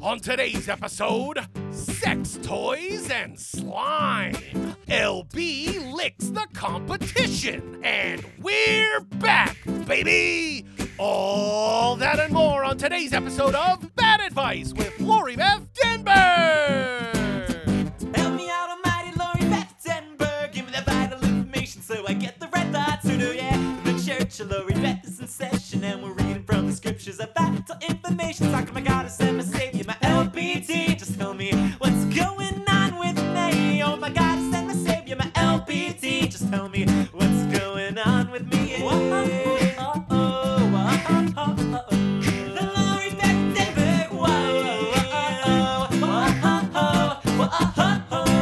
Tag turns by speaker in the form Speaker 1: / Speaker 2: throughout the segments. Speaker 1: On today's episode, sex toys and slime. LB licks the competition, and we're back, baby! All that and more on today's episode of Bad Advice with Lori Beth Denberg.
Speaker 2: Help me out, almighty Lori Bettenberg. Give me the vital information so I get the right thought sooner, yeah. The church of Lori Beth is in session, and we're reading from the scriptures of vital information. Talking to my goddess and my savior, my LBT. Just tell me what's going on with me. Oh, my goddess and my savior, my LBT. Just tell me what's going on with me. Whoa, oh, oh, oh, oh, oh, oh. The Lori Bettenberg. Whoa, oh, oh, oh, oh, oh, oh.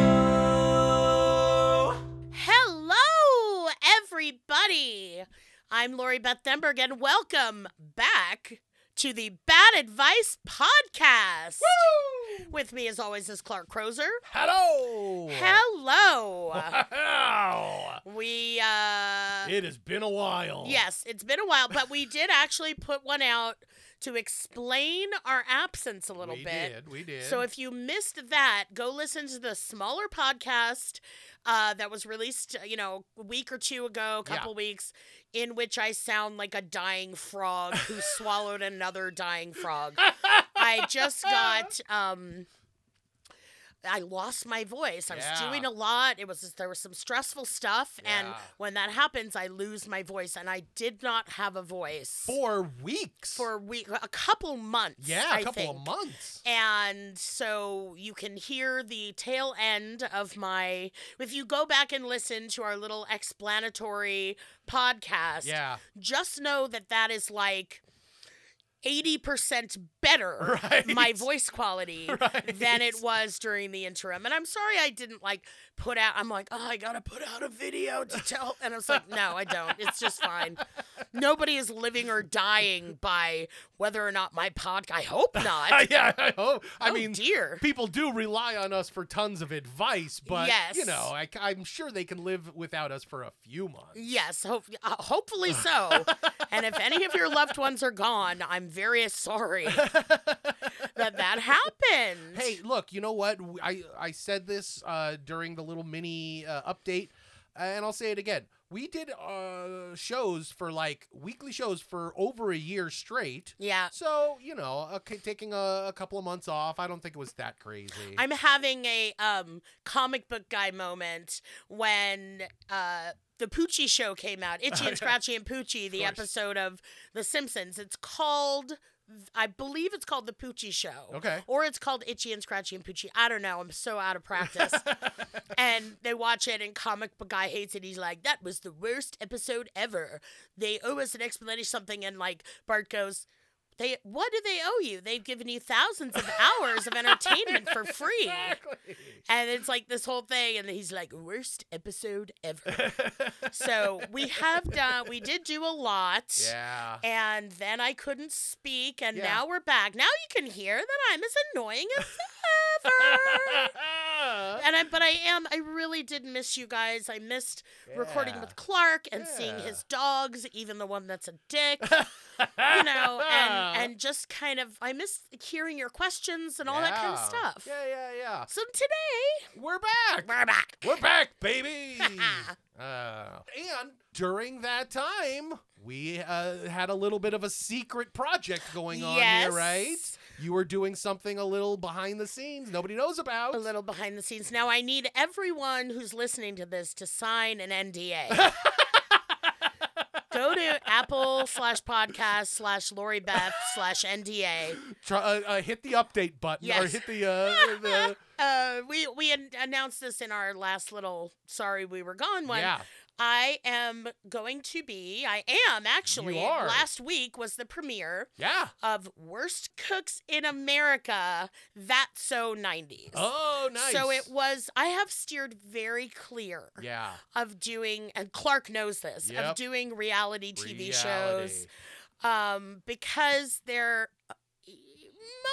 Speaker 3: Hello, everybody. I'm Lori Beth Denberg, and welcome back to the Bad Advice Podcast. With me, as always, is Clark Crozer.
Speaker 1: Hello!
Speaker 3: Hello.
Speaker 1: Wow.
Speaker 3: we, uh,
Speaker 1: It has been a while.
Speaker 3: yes, it's been a while, but we did actually put one out to explain our absence a little
Speaker 1: we
Speaker 3: bit.
Speaker 1: did. We did.
Speaker 3: So if you missed that, go listen to the smaller podcast uh, that was released, you know, a week or two ago, a
Speaker 1: Yeah.
Speaker 3: couple weeks, in which I sound like a dying frog who swallowed another dying frog. I just got. Um, I lost my voice. I was
Speaker 1: Yeah.
Speaker 3: doing a lot. It was there was some stressful stuff, and
Speaker 1: Yeah.
Speaker 3: when that happens, I lose my voice, and I did not have a voice
Speaker 1: four weeks.
Speaker 3: for a week, a couple months.
Speaker 1: yeah, a
Speaker 3: a
Speaker 1: couple of months.
Speaker 3: and so you can hear the tail end of my. If you go back and listen to our little explanatory podcast,
Speaker 1: Yeah.
Speaker 3: just know that that is like 80% better,
Speaker 1: Right.
Speaker 3: my voice quality,
Speaker 1: Right.
Speaker 3: than it was during the interim. And I'm sorry I didn't like put out, I'm like, oh, I gotta put out a video to tell. And I was like, no, I don't. It's just fine. Nobody is living or dying by whether or not my podcast, I hope not.
Speaker 1: yeah, I hope. I
Speaker 3: Oh,
Speaker 1: mean,
Speaker 3: dear.
Speaker 1: people do rely on us for tons of advice, but you
Speaker 3: Yes.
Speaker 1: know, I, am sure they can live without us for a few months.
Speaker 3: Yes, hope, uh, hopefully so. and if any of your loved ones are gone, I'm very sorry that that happened.
Speaker 1: Hey, look, you know what? W- I I said this uh, during the little mini uh, update, and I'll say it again. We did uh, shows for like weekly shows for over a year straight.
Speaker 3: Yeah.
Speaker 1: So you know, okay, taking a, a couple of months off, I don't think it was that crazy.
Speaker 3: I'm having a um comic book guy moment when uh the Poochie show came out, Itchy and Scratchy and Poochie, the
Speaker 1: course.
Speaker 3: episode of The Simpsons. It's called I believe it's called The Poochie Show.
Speaker 1: Okay.
Speaker 3: Or it's called Itchy and Scratchy and Poochie. I don't know. I'm so out of practice. and they watch it, and comic book guy hates it. He's like, "That was the worst episode ever. They owe us an explanation, something." And like Bart goes, "They what do they owe you? They've given you thousands of hours of entertainment for free." And it's like this whole thing, and he's like, "Worst episode ever." so we have done, we did do a lot.
Speaker 1: yeah.
Speaker 3: And then I couldn't speak, and
Speaker 1: Yeah.
Speaker 3: now we're back. Now you can hear that I'm as annoying as ever. and I but I am I really did miss you guys. I missed recording
Speaker 1: Yeah.
Speaker 3: with Clark and seeing
Speaker 1: Yeah.
Speaker 3: his dogs, even the one that's a dick. you know, and and just kind of I miss hearing your questions and all that kind of
Speaker 1: Yeah.
Speaker 3: stuff.
Speaker 1: Yeah, yeah, yeah.
Speaker 3: So today
Speaker 1: We're back.
Speaker 3: we're back.
Speaker 1: We're back, baby. Uh, and during that time, we uh, had a little bit of a secret project going on here, right?
Speaker 3: Yes.
Speaker 1: You were doing something a little behind the scenes nobody knows about.
Speaker 3: A little behind the scenes. Now I need everyone who's listening to this to sign an NDA. Go to Apple slash podcast slash Lori Beth slash NDA.
Speaker 1: Try, uh, uh, hit the update button or
Speaker 3: Yes.
Speaker 1: hit the, uh, the
Speaker 3: Uh, we we an- announced this in our last little sorry we were gone one.
Speaker 1: yeah.
Speaker 3: I am going to be, I am actually,
Speaker 1: You are.
Speaker 3: last week was the premiere
Speaker 1: Yeah.
Speaker 3: of Worst Cooks in America, That's So 90s.
Speaker 1: Oh, nice.
Speaker 3: So it was, I have steered very clear
Speaker 1: Yeah.
Speaker 3: of doing, and Clark knows this,
Speaker 1: Yep.
Speaker 3: of doing reality TV shows
Speaker 1: Reality.
Speaker 3: um, because they're uh,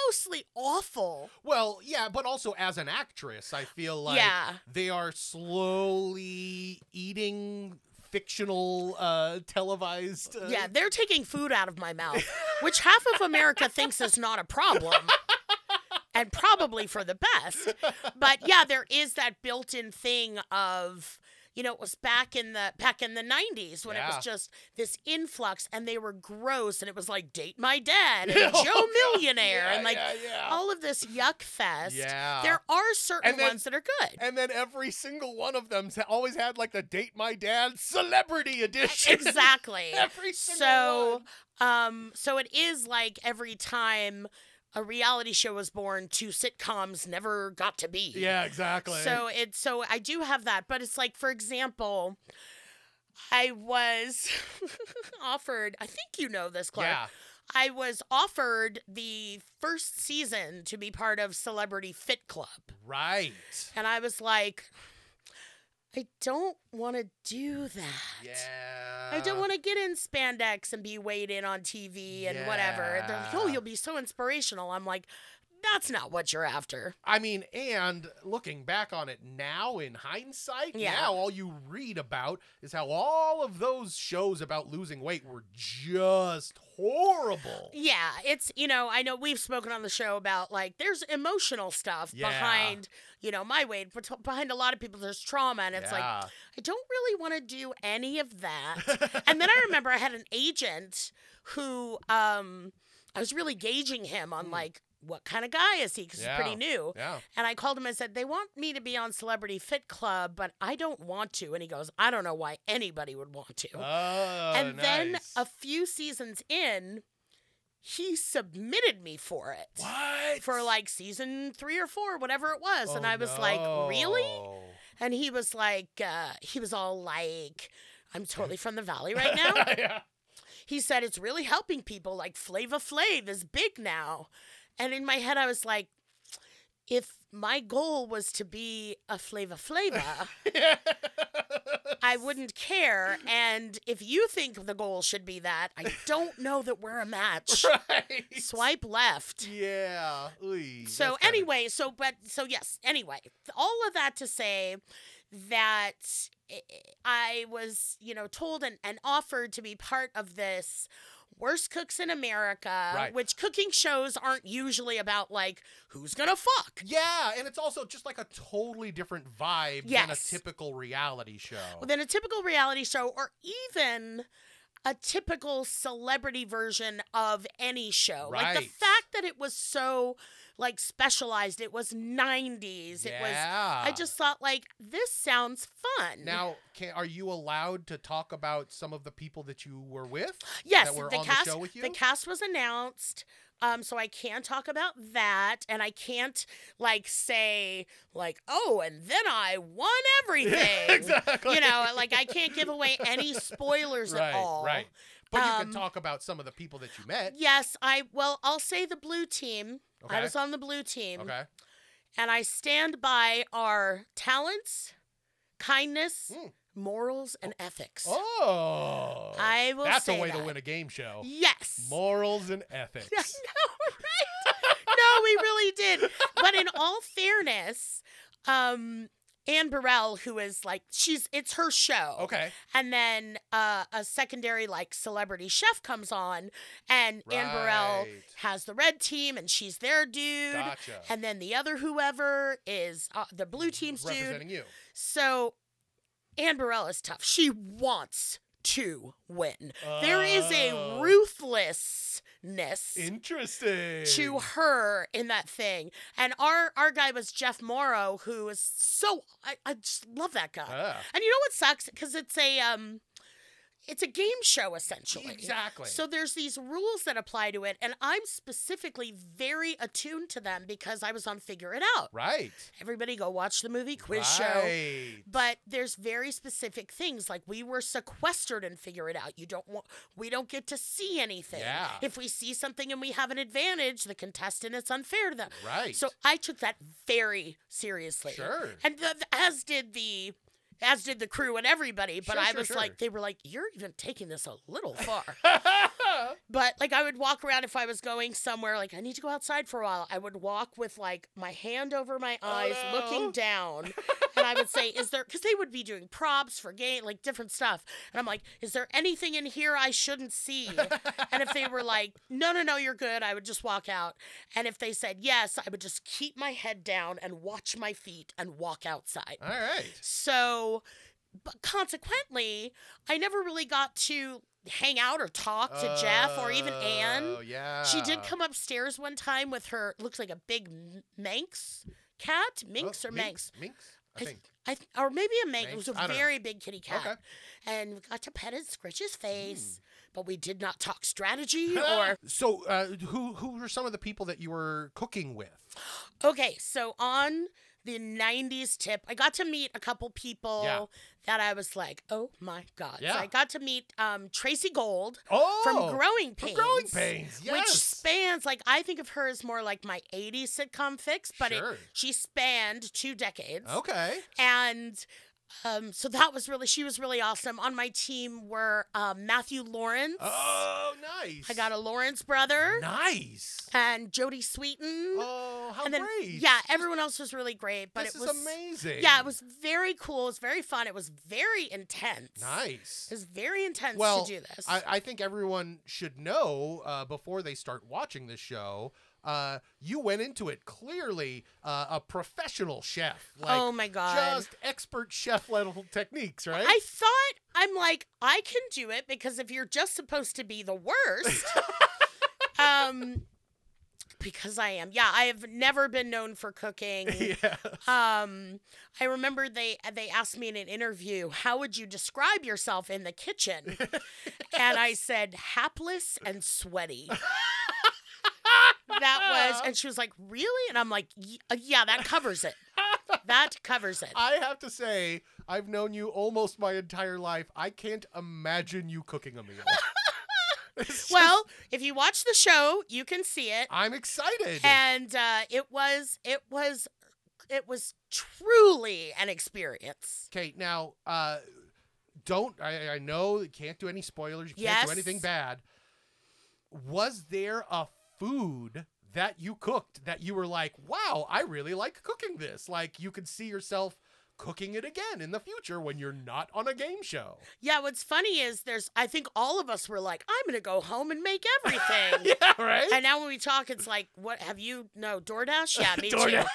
Speaker 3: mostly awful.
Speaker 1: Well, yeah, but also as an actress, I feel like
Speaker 3: Yeah.
Speaker 1: they are slowly eating fictional uh televised uh,
Speaker 3: Yeah, they're taking food out of my mouth, which half of America thinks is not a problem. And probably for the best. But yeah, there is that built-in thing of you know, it was back in the back in the 90s when it
Speaker 1: Yeah.
Speaker 3: was just this influx and they were gross and it was like date my dad and
Speaker 1: Oh,
Speaker 3: Joe
Speaker 1: God.
Speaker 3: Millionaire
Speaker 1: Yeah,
Speaker 3: and like
Speaker 1: yeah, yeah.
Speaker 3: all of this yuck fest.
Speaker 1: Yeah.
Speaker 3: There are certain
Speaker 1: And then-
Speaker 3: ones that are good.
Speaker 1: and then every single one of them's ha- always had like the date my dad celebrity edition.
Speaker 3: E-, exactly.
Speaker 1: Every single
Speaker 3: so um so it is like every time a reality show was born, two sitcoms never got to be.
Speaker 1: Yeah, exactly.
Speaker 3: So it's so I do have that, but it's like for example, I was offered, I think you know this, Clark.
Speaker 1: yeah.
Speaker 3: I was offered the first season to be part of Celebrity Fit Club.
Speaker 1: Right.
Speaker 3: And I was like, I don't want to do that.
Speaker 1: Yeah.
Speaker 3: I
Speaker 1: Uh,
Speaker 3: don't want to get in spandex and be weighed in on TV and whatever. They're like, oh,
Speaker 1: Yeah.
Speaker 3: you'll be so inspirational. I'm like, that's not what you're after.
Speaker 1: I mean, and looking back on it now in hindsight,
Speaker 3: Yeah.
Speaker 1: now all you read about is how all of those shows about losing weight were just horrible.
Speaker 3: Yeah, it's, you know, I know we've spoken on the show about like there's emotional stuff
Speaker 1: Yeah.
Speaker 3: behind, you know, my weight, but behind a lot of people, there's trauma. And it's like,
Speaker 1: Yeah.
Speaker 3: I don't really want to do any of that. and then I remember I had an agent who um, I was really gauging him on like, what kind of guy is he? Because he's pretty
Speaker 1: Hmm. Yeah.
Speaker 3: new.
Speaker 1: yeah.
Speaker 3: And I called him and said, They want me to be on Celebrity Fit Club, but I don't want to. And he goes, I don't know why anybody would want to.
Speaker 1: Oh,
Speaker 3: and then
Speaker 1: nice.
Speaker 3: a few seasons in, he submitted me for it.
Speaker 1: what
Speaker 3: For like season three or four, whatever it was.
Speaker 1: Oh,
Speaker 3: and I was like, Really? And he was like, uh, He was all like, I'm totally from the valley right now.
Speaker 1: yeah.
Speaker 3: he said it's really helping people like Flava Flav is big now. And in my head I was like if my goal was to be a Flava Flava, I wouldn't care. And if you think the goal should be that, I don't know that we're a match.
Speaker 1: Right.
Speaker 3: Swipe left.
Speaker 1: Yeah. Ooh,
Speaker 3: So
Speaker 1: that's kinda-
Speaker 3: anyway, so but so yes, anyway, all of that to say that I- I was, you know, told and, and offered to be part of this Worst Cooks in America,
Speaker 1: Right.
Speaker 3: which cooking shows aren't usually about like who's gonna fuck.
Speaker 1: Yeah, and it's also just like a totally different vibe than a
Speaker 3: Yes.
Speaker 1: typical reality show.
Speaker 3: Than a typical reality show or even a typical celebrity version of any show. Like the
Speaker 1: Right.
Speaker 3: fact that it was so like specialized, it was 90s, it was
Speaker 1: yeah.
Speaker 3: I just thought like this sounds fun.
Speaker 1: Now, can, are you allowed to talk about some of the people that you were with?
Speaker 3: yes,
Speaker 1: that were
Speaker 3: the
Speaker 1: on
Speaker 3: cast
Speaker 1: the show with you.
Speaker 3: cast was announced. Um, so I can talk about that, and I can't like say like, oh, and then I won everything.
Speaker 1: exactly.
Speaker 3: You know, like I can't give away any spoilers
Speaker 1: right,
Speaker 3: at all.
Speaker 1: right. But you
Speaker 3: Um,
Speaker 1: can talk about some of the people that you met.
Speaker 3: Yes, I well, I'll say the blue team. I
Speaker 1: Okay.
Speaker 3: was on the blue team,
Speaker 1: Okay.
Speaker 3: and I stand by our talents, kindness,
Speaker 1: Mm.
Speaker 3: morals, and ethics.
Speaker 1: Oh,
Speaker 3: I will
Speaker 1: that's
Speaker 3: say
Speaker 1: a way to
Speaker 3: that.
Speaker 1: win a game show.
Speaker 3: Yes.
Speaker 1: Morals and ethics.
Speaker 3: I know, right? no, we really did. But in all fairness, um, Anne Burrell, who is like, she's it's her show.
Speaker 1: Okay.
Speaker 3: And then uh, a secondary like celebrity chef comes on, and Anne Burrell
Speaker 1: Right.
Speaker 3: has the red team, and she's their dude.
Speaker 1: Gotcha.
Speaker 3: And then the other whoever is uh, the blue team's dude.
Speaker 1: Representing you.
Speaker 3: So Anne Burrell is tough. She wants to win. There is a
Speaker 1: Oh.
Speaker 3: ruthlessness
Speaker 1: Interesting.
Speaker 3: to her in that thing. And our our guy was Jeff Morrow, who is so I, I just love that guy.
Speaker 1: Ah,
Speaker 3: And you know what sucks? Because it's a um it's a game show essentially.
Speaker 1: Exactly.
Speaker 3: So there's these rules that apply to it, and I'm specifically very attuned to them because I was on Figure It Out.
Speaker 1: Right.
Speaker 3: Everybody go watch the movie quiz show.
Speaker 1: right.
Speaker 3: But there's very specific things like we were sequestered and figure it out. You don't want we don't get to see anything.
Speaker 1: Yeah.
Speaker 3: If we see something and we have an advantage, the contestant it's unfair to them.
Speaker 1: Right.
Speaker 3: So I took that very seriously.
Speaker 1: Sure.
Speaker 3: And th- th- as did the as did the crew and everybody, but
Speaker 1: Sure,
Speaker 3: I
Speaker 1: sure,
Speaker 3: was
Speaker 1: sure.
Speaker 3: like they were like you're even taking this a little far. But like I would walk around if I was going somewhere, like I need to go outside for a while. I would walk with like my hand over my eyes,
Speaker 1: no.
Speaker 3: looking down, and I would say, "Is there?" Because they would be doing props for game, like different stuff, and I'm like, "Is there anything in here I shouldn't see?" and if they were like, "No, no, no, you're good," I would just walk out. And if they said yes, I would just keep my head down and watch my feet and walk outside.
Speaker 1: All right.
Speaker 3: So, but consequently, I never really got to hang out or talk to Jeff or even Anne.
Speaker 1: Oh, yeah.
Speaker 3: She did come upstairs one time with her looks like a big m- Manx cat,
Speaker 1: Oh,
Speaker 3: Minx or Manx.
Speaker 1: Minx, I
Speaker 3: I-
Speaker 1: think.
Speaker 3: I th- or maybe a Manx.
Speaker 1: Manx?
Speaker 3: It was a
Speaker 1: I don't know.
Speaker 3: very big kitty cat,
Speaker 1: Okay. Mm.
Speaker 3: and we got to pet and scratch his face, but we did not talk strategy or
Speaker 1: so, uh, who who were some of the people that you were cooking with?
Speaker 3: Okay, so on the 90s tip, I got to meet a couple people
Speaker 1: Yeah.
Speaker 3: that I was like, oh my God. So
Speaker 1: Yeah.
Speaker 3: I got to meet um, Tracy Gold
Speaker 1: Oh,
Speaker 3: from Growing
Speaker 1: from
Speaker 3: Pains.
Speaker 1: Growing Pains,
Speaker 3: Which
Speaker 1: yes.
Speaker 3: spans, like, I think of her as more like my 80s sitcom fix, but it,
Speaker 1: Sure.
Speaker 3: she spanned two decades.
Speaker 1: Okay.
Speaker 3: And um, so that was really, she was really awesome. On my team were um, Matthew Lawrence.
Speaker 1: Oh, nice.
Speaker 3: I got a Lawrence brother.
Speaker 1: nice.
Speaker 3: And Jody Sweeten
Speaker 1: Oh, how
Speaker 3: and then
Speaker 1: great!
Speaker 3: yeah, everyone else was really great, but
Speaker 1: this
Speaker 3: it was
Speaker 1: is amazing.
Speaker 3: Yeah, it was very cool. It was very fun. It was very intense.
Speaker 1: nice.
Speaker 3: It was very intense
Speaker 1: well,
Speaker 3: to do this.
Speaker 1: I, I think everyone should know uh, before they start watching the show. Uh, you went into it clearly uh, a professional chef. Like,
Speaker 3: Oh my God.
Speaker 1: Just expert chef level techniques, right?
Speaker 3: I thought I'm like I can do it because if you're just supposed to be the worst, um, because I am. Yeah, I have never been known for cooking.
Speaker 1: yeah.
Speaker 3: Um, I remember they they asked me in an interview, "How would you describe yourself in the kitchen?" and I said, "Hapless and sweaty." that was, and she was like, "Really?" And I'm like, "Y- uh, "Yeah, that covers it. That covers it."
Speaker 1: I have to say, I've known you almost my entire life. I can't imagine you cooking a meal. It's
Speaker 3: well,
Speaker 1: just-
Speaker 3: if you watch the show, you can see it,
Speaker 1: I'm excited.
Speaker 3: and uh, it was it was it was truly an experience.
Speaker 1: Okay, now uh, don't I, I know you can't do any spoilers. You can't do
Speaker 3: Yes.
Speaker 1: anything bad. Was there a food that you cooked that you were like, "Wow, I really like cooking this." Like you could see yourself cooking it again in the future when you're not on a game show.
Speaker 3: Yeah, what's funny is there's I think all of us were like, I'm gonna go home and make everything.
Speaker 1: Yeah, right.
Speaker 3: And now when we talk, it's like, what have you? No, DoorDash? Yeah, me
Speaker 1: DoorDash.
Speaker 3: too.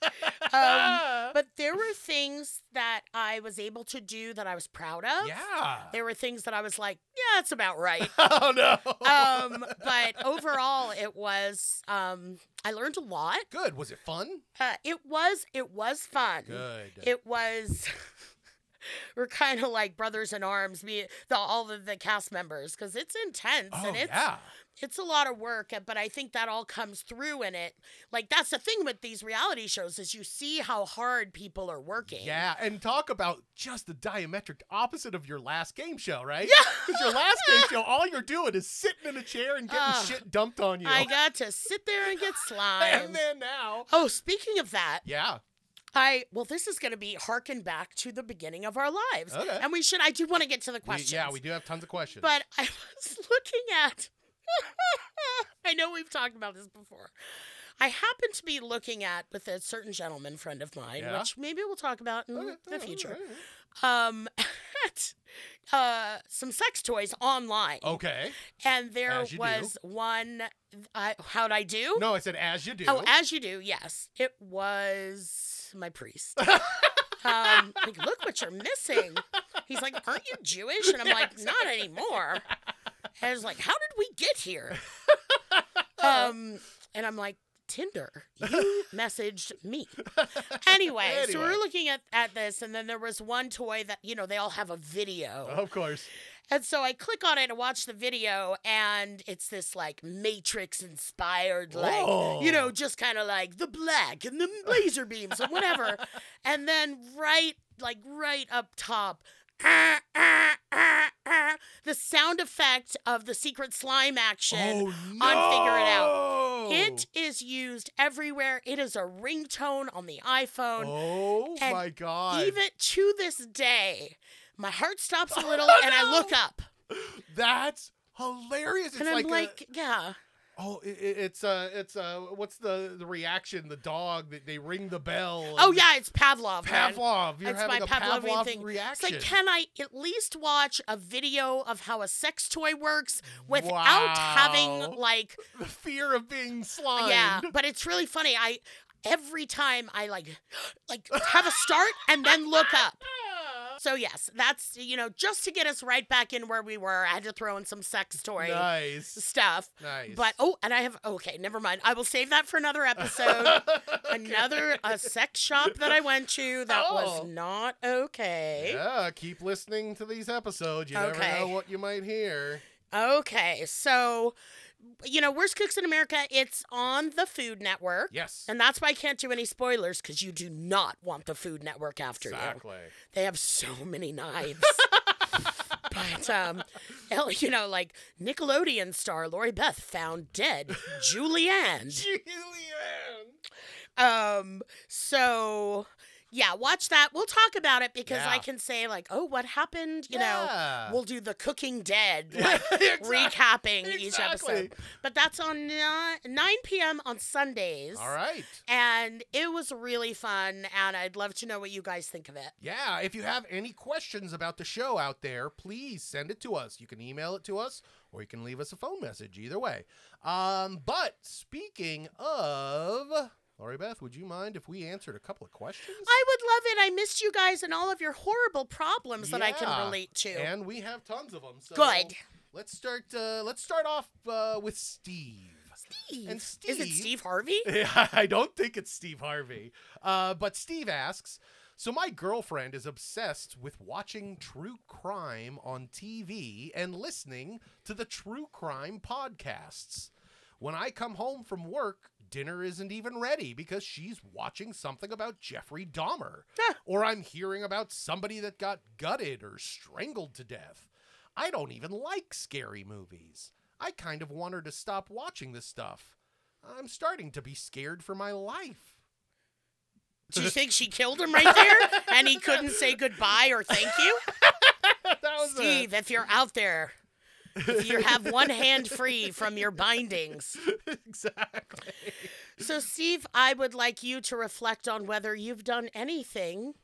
Speaker 3: Um, but there were things that I was able to do that I was proud of.
Speaker 1: yeah.
Speaker 3: There were things that I was like, yeah, that's about right.
Speaker 1: Oh no.
Speaker 3: um, but overall, it was, um, I learned a lot.
Speaker 1: Good. Was it fun?
Speaker 3: Uh, it was, it was fun.
Speaker 1: Good.
Speaker 3: It was. We're kind of like brothers in arms, me, the, all of the cast members, because it's intense
Speaker 1: oh
Speaker 3: and it's
Speaker 1: yeah.
Speaker 3: it's a lot of work uh, but i think that all comes through in it like that's the thing with these reality shows is you see how hard people are working
Speaker 1: Yeah, and talk about just the diametric opposite of your last game show, right? Yeah. Because your last game show, all you're doing is sitting in a chair and getting
Speaker 3: Ugh.
Speaker 1: shit dumped on you.
Speaker 3: i got to sit there and get slimed
Speaker 1: and then now.
Speaker 3: oh speaking of that
Speaker 1: Yeah.
Speaker 3: i well this is going to be harken back to the beginning of our lives
Speaker 1: Okay.
Speaker 3: and we should i do want to get to the
Speaker 1: We,
Speaker 3: questions
Speaker 1: yeah, we do have tons of questions.
Speaker 3: but i was looking at i know we've talked about this before I happen to be looking at with a certain gentleman friend of mine,
Speaker 1: Yeah.
Speaker 3: which maybe we'll talk about in
Speaker 1: Okay,
Speaker 3: the
Speaker 1: okay,
Speaker 3: future.
Speaker 1: okay.
Speaker 3: um at uh some sex toys online
Speaker 1: Okay.
Speaker 3: and there
Speaker 1: Oh, As you do.
Speaker 3: was one I how'd i do
Speaker 1: No, I said as you do.
Speaker 3: oh as you do yes it was my priest um like look what you're missing he's like aren't you jewish and i'm like not anymore and i was like how did we get here um and i'm like tinder you messaged me anyway, so we
Speaker 1: Anyway.
Speaker 3: were looking at, at this, and then there was one toy that, you know, they all have a video.
Speaker 1: of course.
Speaker 3: And so I click on it and watch the video, and it's this like Matrix inspired, like, you
Speaker 1: Oh.
Speaker 3: know, just kind of like the black and the laser beams and whatever. and then right, like, right up top, ah, ah, ah, ah, the sound effect of the secret slime action on Figure It Out.
Speaker 1: Oh,
Speaker 3: It is used everywhere. It is a ringtone on the iPhone.
Speaker 1: Oh
Speaker 3: and
Speaker 1: my god.
Speaker 3: Even to this day, my heart stops a little
Speaker 1: Oh,
Speaker 3: and I look up.
Speaker 1: That's hilarious. It's
Speaker 3: and I'm
Speaker 1: like,
Speaker 3: like,
Speaker 1: a-
Speaker 3: yeah.
Speaker 1: oh, i i- it's uh, it's uh, what's the the reaction? The dog that they ring the bell.
Speaker 3: Oh,
Speaker 1: and-
Speaker 3: yeah, it's Pavlov. man.
Speaker 1: Pavlov. You're
Speaker 3: It's my
Speaker 1: having a
Speaker 3: Pavlovian
Speaker 1: Pavlov
Speaker 3: thing.
Speaker 1: reaction.
Speaker 3: It's like, can I at least watch a video of how a sex toy works without
Speaker 1: Wow.
Speaker 3: having, like,
Speaker 1: the fear of being slimed.
Speaker 3: yeah. But it's really funny. I. Every time I like, like have a start and then look up. So yes, that's you know just to get us right back in where we were. I had to throw in some sex toy
Speaker 1: Nice.
Speaker 3: stuff.
Speaker 1: Nice.
Speaker 3: But oh, and I have okay, never mind. I will save that for another episode. Another a sex shop that I went to that
Speaker 1: Oh.
Speaker 3: was not okay.
Speaker 1: Yeah, keep listening to these episodes. You
Speaker 3: Okay.
Speaker 1: never know what you might hear.
Speaker 3: Okay, so you know, worst cooks in America. It's on the Food Network.
Speaker 1: Yes.
Speaker 3: And that's why I can't do any spoilers because you do not want the Food Network after you.
Speaker 1: Exactly.
Speaker 3: They have so many knives. but um, hell, you know, like Nickelodeon star Lori Beth found dead, Julianne.
Speaker 1: Julianne.
Speaker 3: Um, so yeah, watch that. We'll talk about it because I
Speaker 1: Yeah.
Speaker 3: can say like, oh, what happened? You
Speaker 1: Yeah.
Speaker 3: know, we'll do the Cooking Dead, like,
Speaker 1: Exactly.
Speaker 3: recapping each
Speaker 1: Exactly.
Speaker 3: episode. But that's on ni- 9 p.m. on Sundays.
Speaker 1: All right.
Speaker 3: And it was really fun, and I'd love to know what you guys think of it.
Speaker 1: Yeah, if you have any questions about the show out there, please send it to us. You can email it to us or you can leave us a phone message, either way. Um, but speaking of, Lori Beth, would you mind if we answered a couple of questions?
Speaker 3: I would love it. I missed you guys and all of your horrible problems that I can
Speaker 1: Yeah,
Speaker 3: relate to.
Speaker 1: And we have tons of them. So
Speaker 3: Good.
Speaker 1: Let's start. Uh, let's start off uh, with Steve.
Speaker 3: Steve.
Speaker 1: and
Speaker 3: Is it
Speaker 1: Steve-
Speaker 3: Steve Harvey?
Speaker 1: I don't think it's Steve Harvey. Uh, but Steve asks So, my girlfriend is obsessed with watching true crime on TV and listening to the true crime podcasts. When I come home from work, dinner isn't even ready because she's watching something about Jeffrey Dahmer, or I'm hearing about somebody that got gutted or strangled to death. I don't even like scary movies. I kind of want her to stop watching this stuff. I'm starting to be scared for my life.
Speaker 3: Do you think she killed him right there and he couldn't say goodbye or thank you?
Speaker 1: That was a-
Speaker 3: Steve, if you're out there, if you have one hand free from your bindings.
Speaker 1: exactly.
Speaker 3: So, Steve, I would like you to reflect on whether you've done anything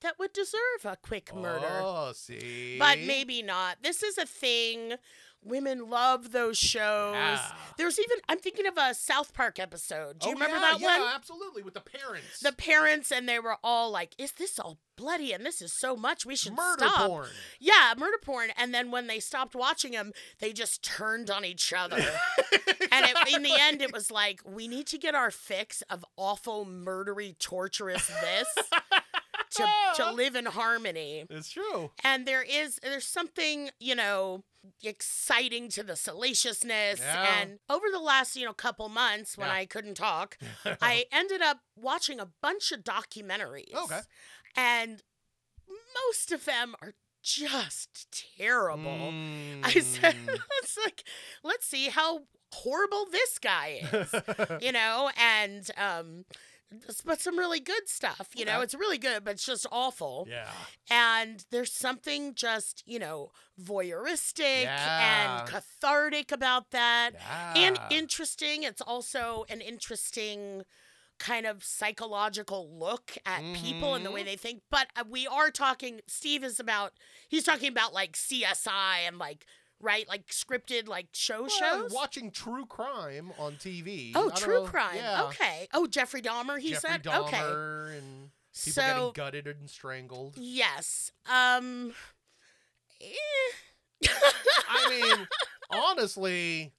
Speaker 3: that would deserve a quick murder.
Speaker 1: Oh, see.
Speaker 3: But maybe not. This is a thing. Women love those shows.
Speaker 1: Yeah.
Speaker 3: There's even, I'm thinking of a South Park episode. Do you
Speaker 1: Oh,
Speaker 3: remember
Speaker 1: yeah,
Speaker 3: that
Speaker 1: yeah,
Speaker 3: one?
Speaker 1: absolutely. With the parents.
Speaker 3: The parents, and they were all like, Is this all bloody? And this is so much. We should
Speaker 1: murder
Speaker 3: stop.
Speaker 1: porn.
Speaker 3: Yeah, murder porn. And then when they stopped watching him, they just turned on each other. and it, in the end, it was like, we need to get our fix of awful, murdery, torturous this to,
Speaker 1: Oh.
Speaker 3: to live in harmony.
Speaker 1: It's true.
Speaker 3: And there is, there's something, you know, exciting to the salaciousness.
Speaker 1: Yeah.
Speaker 3: And over the last, you know, couple months when
Speaker 1: Yeah.
Speaker 3: I couldn't talk, I ended up watching a bunch of documentaries.
Speaker 1: Okay.
Speaker 3: And most of them are just terrible. I said,
Speaker 1: Mm.
Speaker 3: it's like, let's see how horrible this guy is, you know, and, um, s- but some really good stuff, you know,
Speaker 1: Okay.
Speaker 3: it's really good, but it's just awful.
Speaker 1: yeah.
Speaker 3: And there's something just, you know, voyeuristic
Speaker 1: Yeah.
Speaker 3: and cathartic about that and
Speaker 1: Yeah.
Speaker 3: interesting. It's also an interesting kind of psychological look at people and the way
Speaker 1: Mm-hmm.
Speaker 3: they think. But uh, we are talking. Steve is about. He's talking about like CSI and like right, like scripted like show
Speaker 1: Well,
Speaker 3: shows.
Speaker 1: watching true crime on TV. I
Speaker 3: Oh,
Speaker 1: don't
Speaker 3: true
Speaker 1: know-
Speaker 3: crime.
Speaker 1: Yeah.
Speaker 3: Okay. Oh, Jeffrey Dahmer. He
Speaker 1: Jeffrey
Speaker 3: said. okay.
Speaker 1: Dahmer and people
Speaker 3: So-
Speaker 1: getting gutted and strangled.
Speaker 3: Yes. Um. eh,
Speaker 1: I mean, honestly,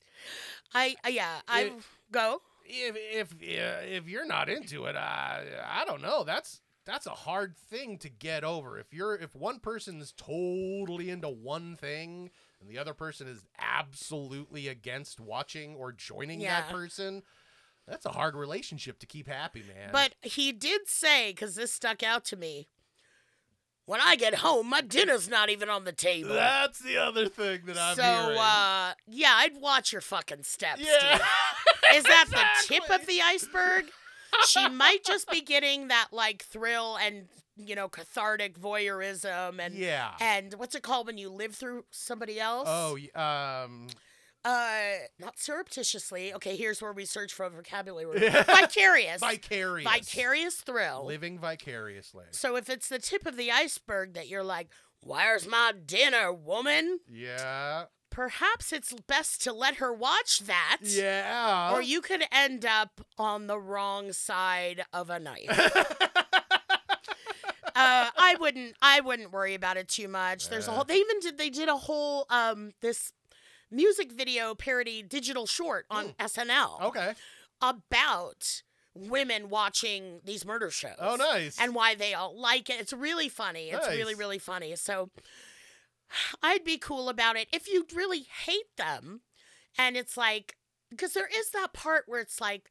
Speaker 3: I. Uh, yeah. I
Speaker 1: It-
Speaker 3: go.
Speaker 1: if if if you're not into it, I I don't know. That's that's a hard thing to get over. If you're if one person's totally into one thing and the other person is absolutely against watching or joining
Speaker 3: Yeah.
Speaker 1: that person, that's a hard relationship to keep happy, man.
Speaker 3: But he did say, because this stuck out to me when I get home, my dinner's not even on the table.
Speaker 1: that's the other thing that I'm
Speaker 3: so,
Speaker 1: hearing.
Speaker 3: uh, yeah, I'd watch your fucking steps,
Speaker 1: yeah.
Speaker 3: dude. Is that the tip
Speaker 1: Exactly.
Speaker 3: of the iceberg? she might just be getting that like thrill and you know cathartic voyeurism and
Speaker 1: yeah.
Speaker 3: and what's it called when you live through somebody else?
Speaker 1: Oh, y- um,
Speaker 3: uh, not surreptitiously. Okay, here's where we search for a vocabulary word. Vicarious.
Speaker 1: vicarious.
Speaker 3: Vicarious thrill.
Speaker 1: Living vicariously.
Speaker 3: So if it's the tip of the iceberg that you're like, "Where's my dinner, woman?"
Speaker 1: Yeah.
Speaker 3: Perhaps it's best to let her watch that.
Speaker 1: Yeah.
Speaker 3: Or you could end up on the wrong side of a knife. uh, I wouldn't. I wouldn't worry about it too much. There's a whole. They even did. They did a whole um this music video parody digital short on SNL
Speaker 1: Okay.
Speaker 3: about women watching these murder shows.
Speaker 1: Oh, nice.
Speaker 3: And why they all like it. It's really funny. It's really
Speaker 1: Nice.
Speaker 3: really funny. So I'd be cool about it if you really hate them, and it's like because there is that part where it's like.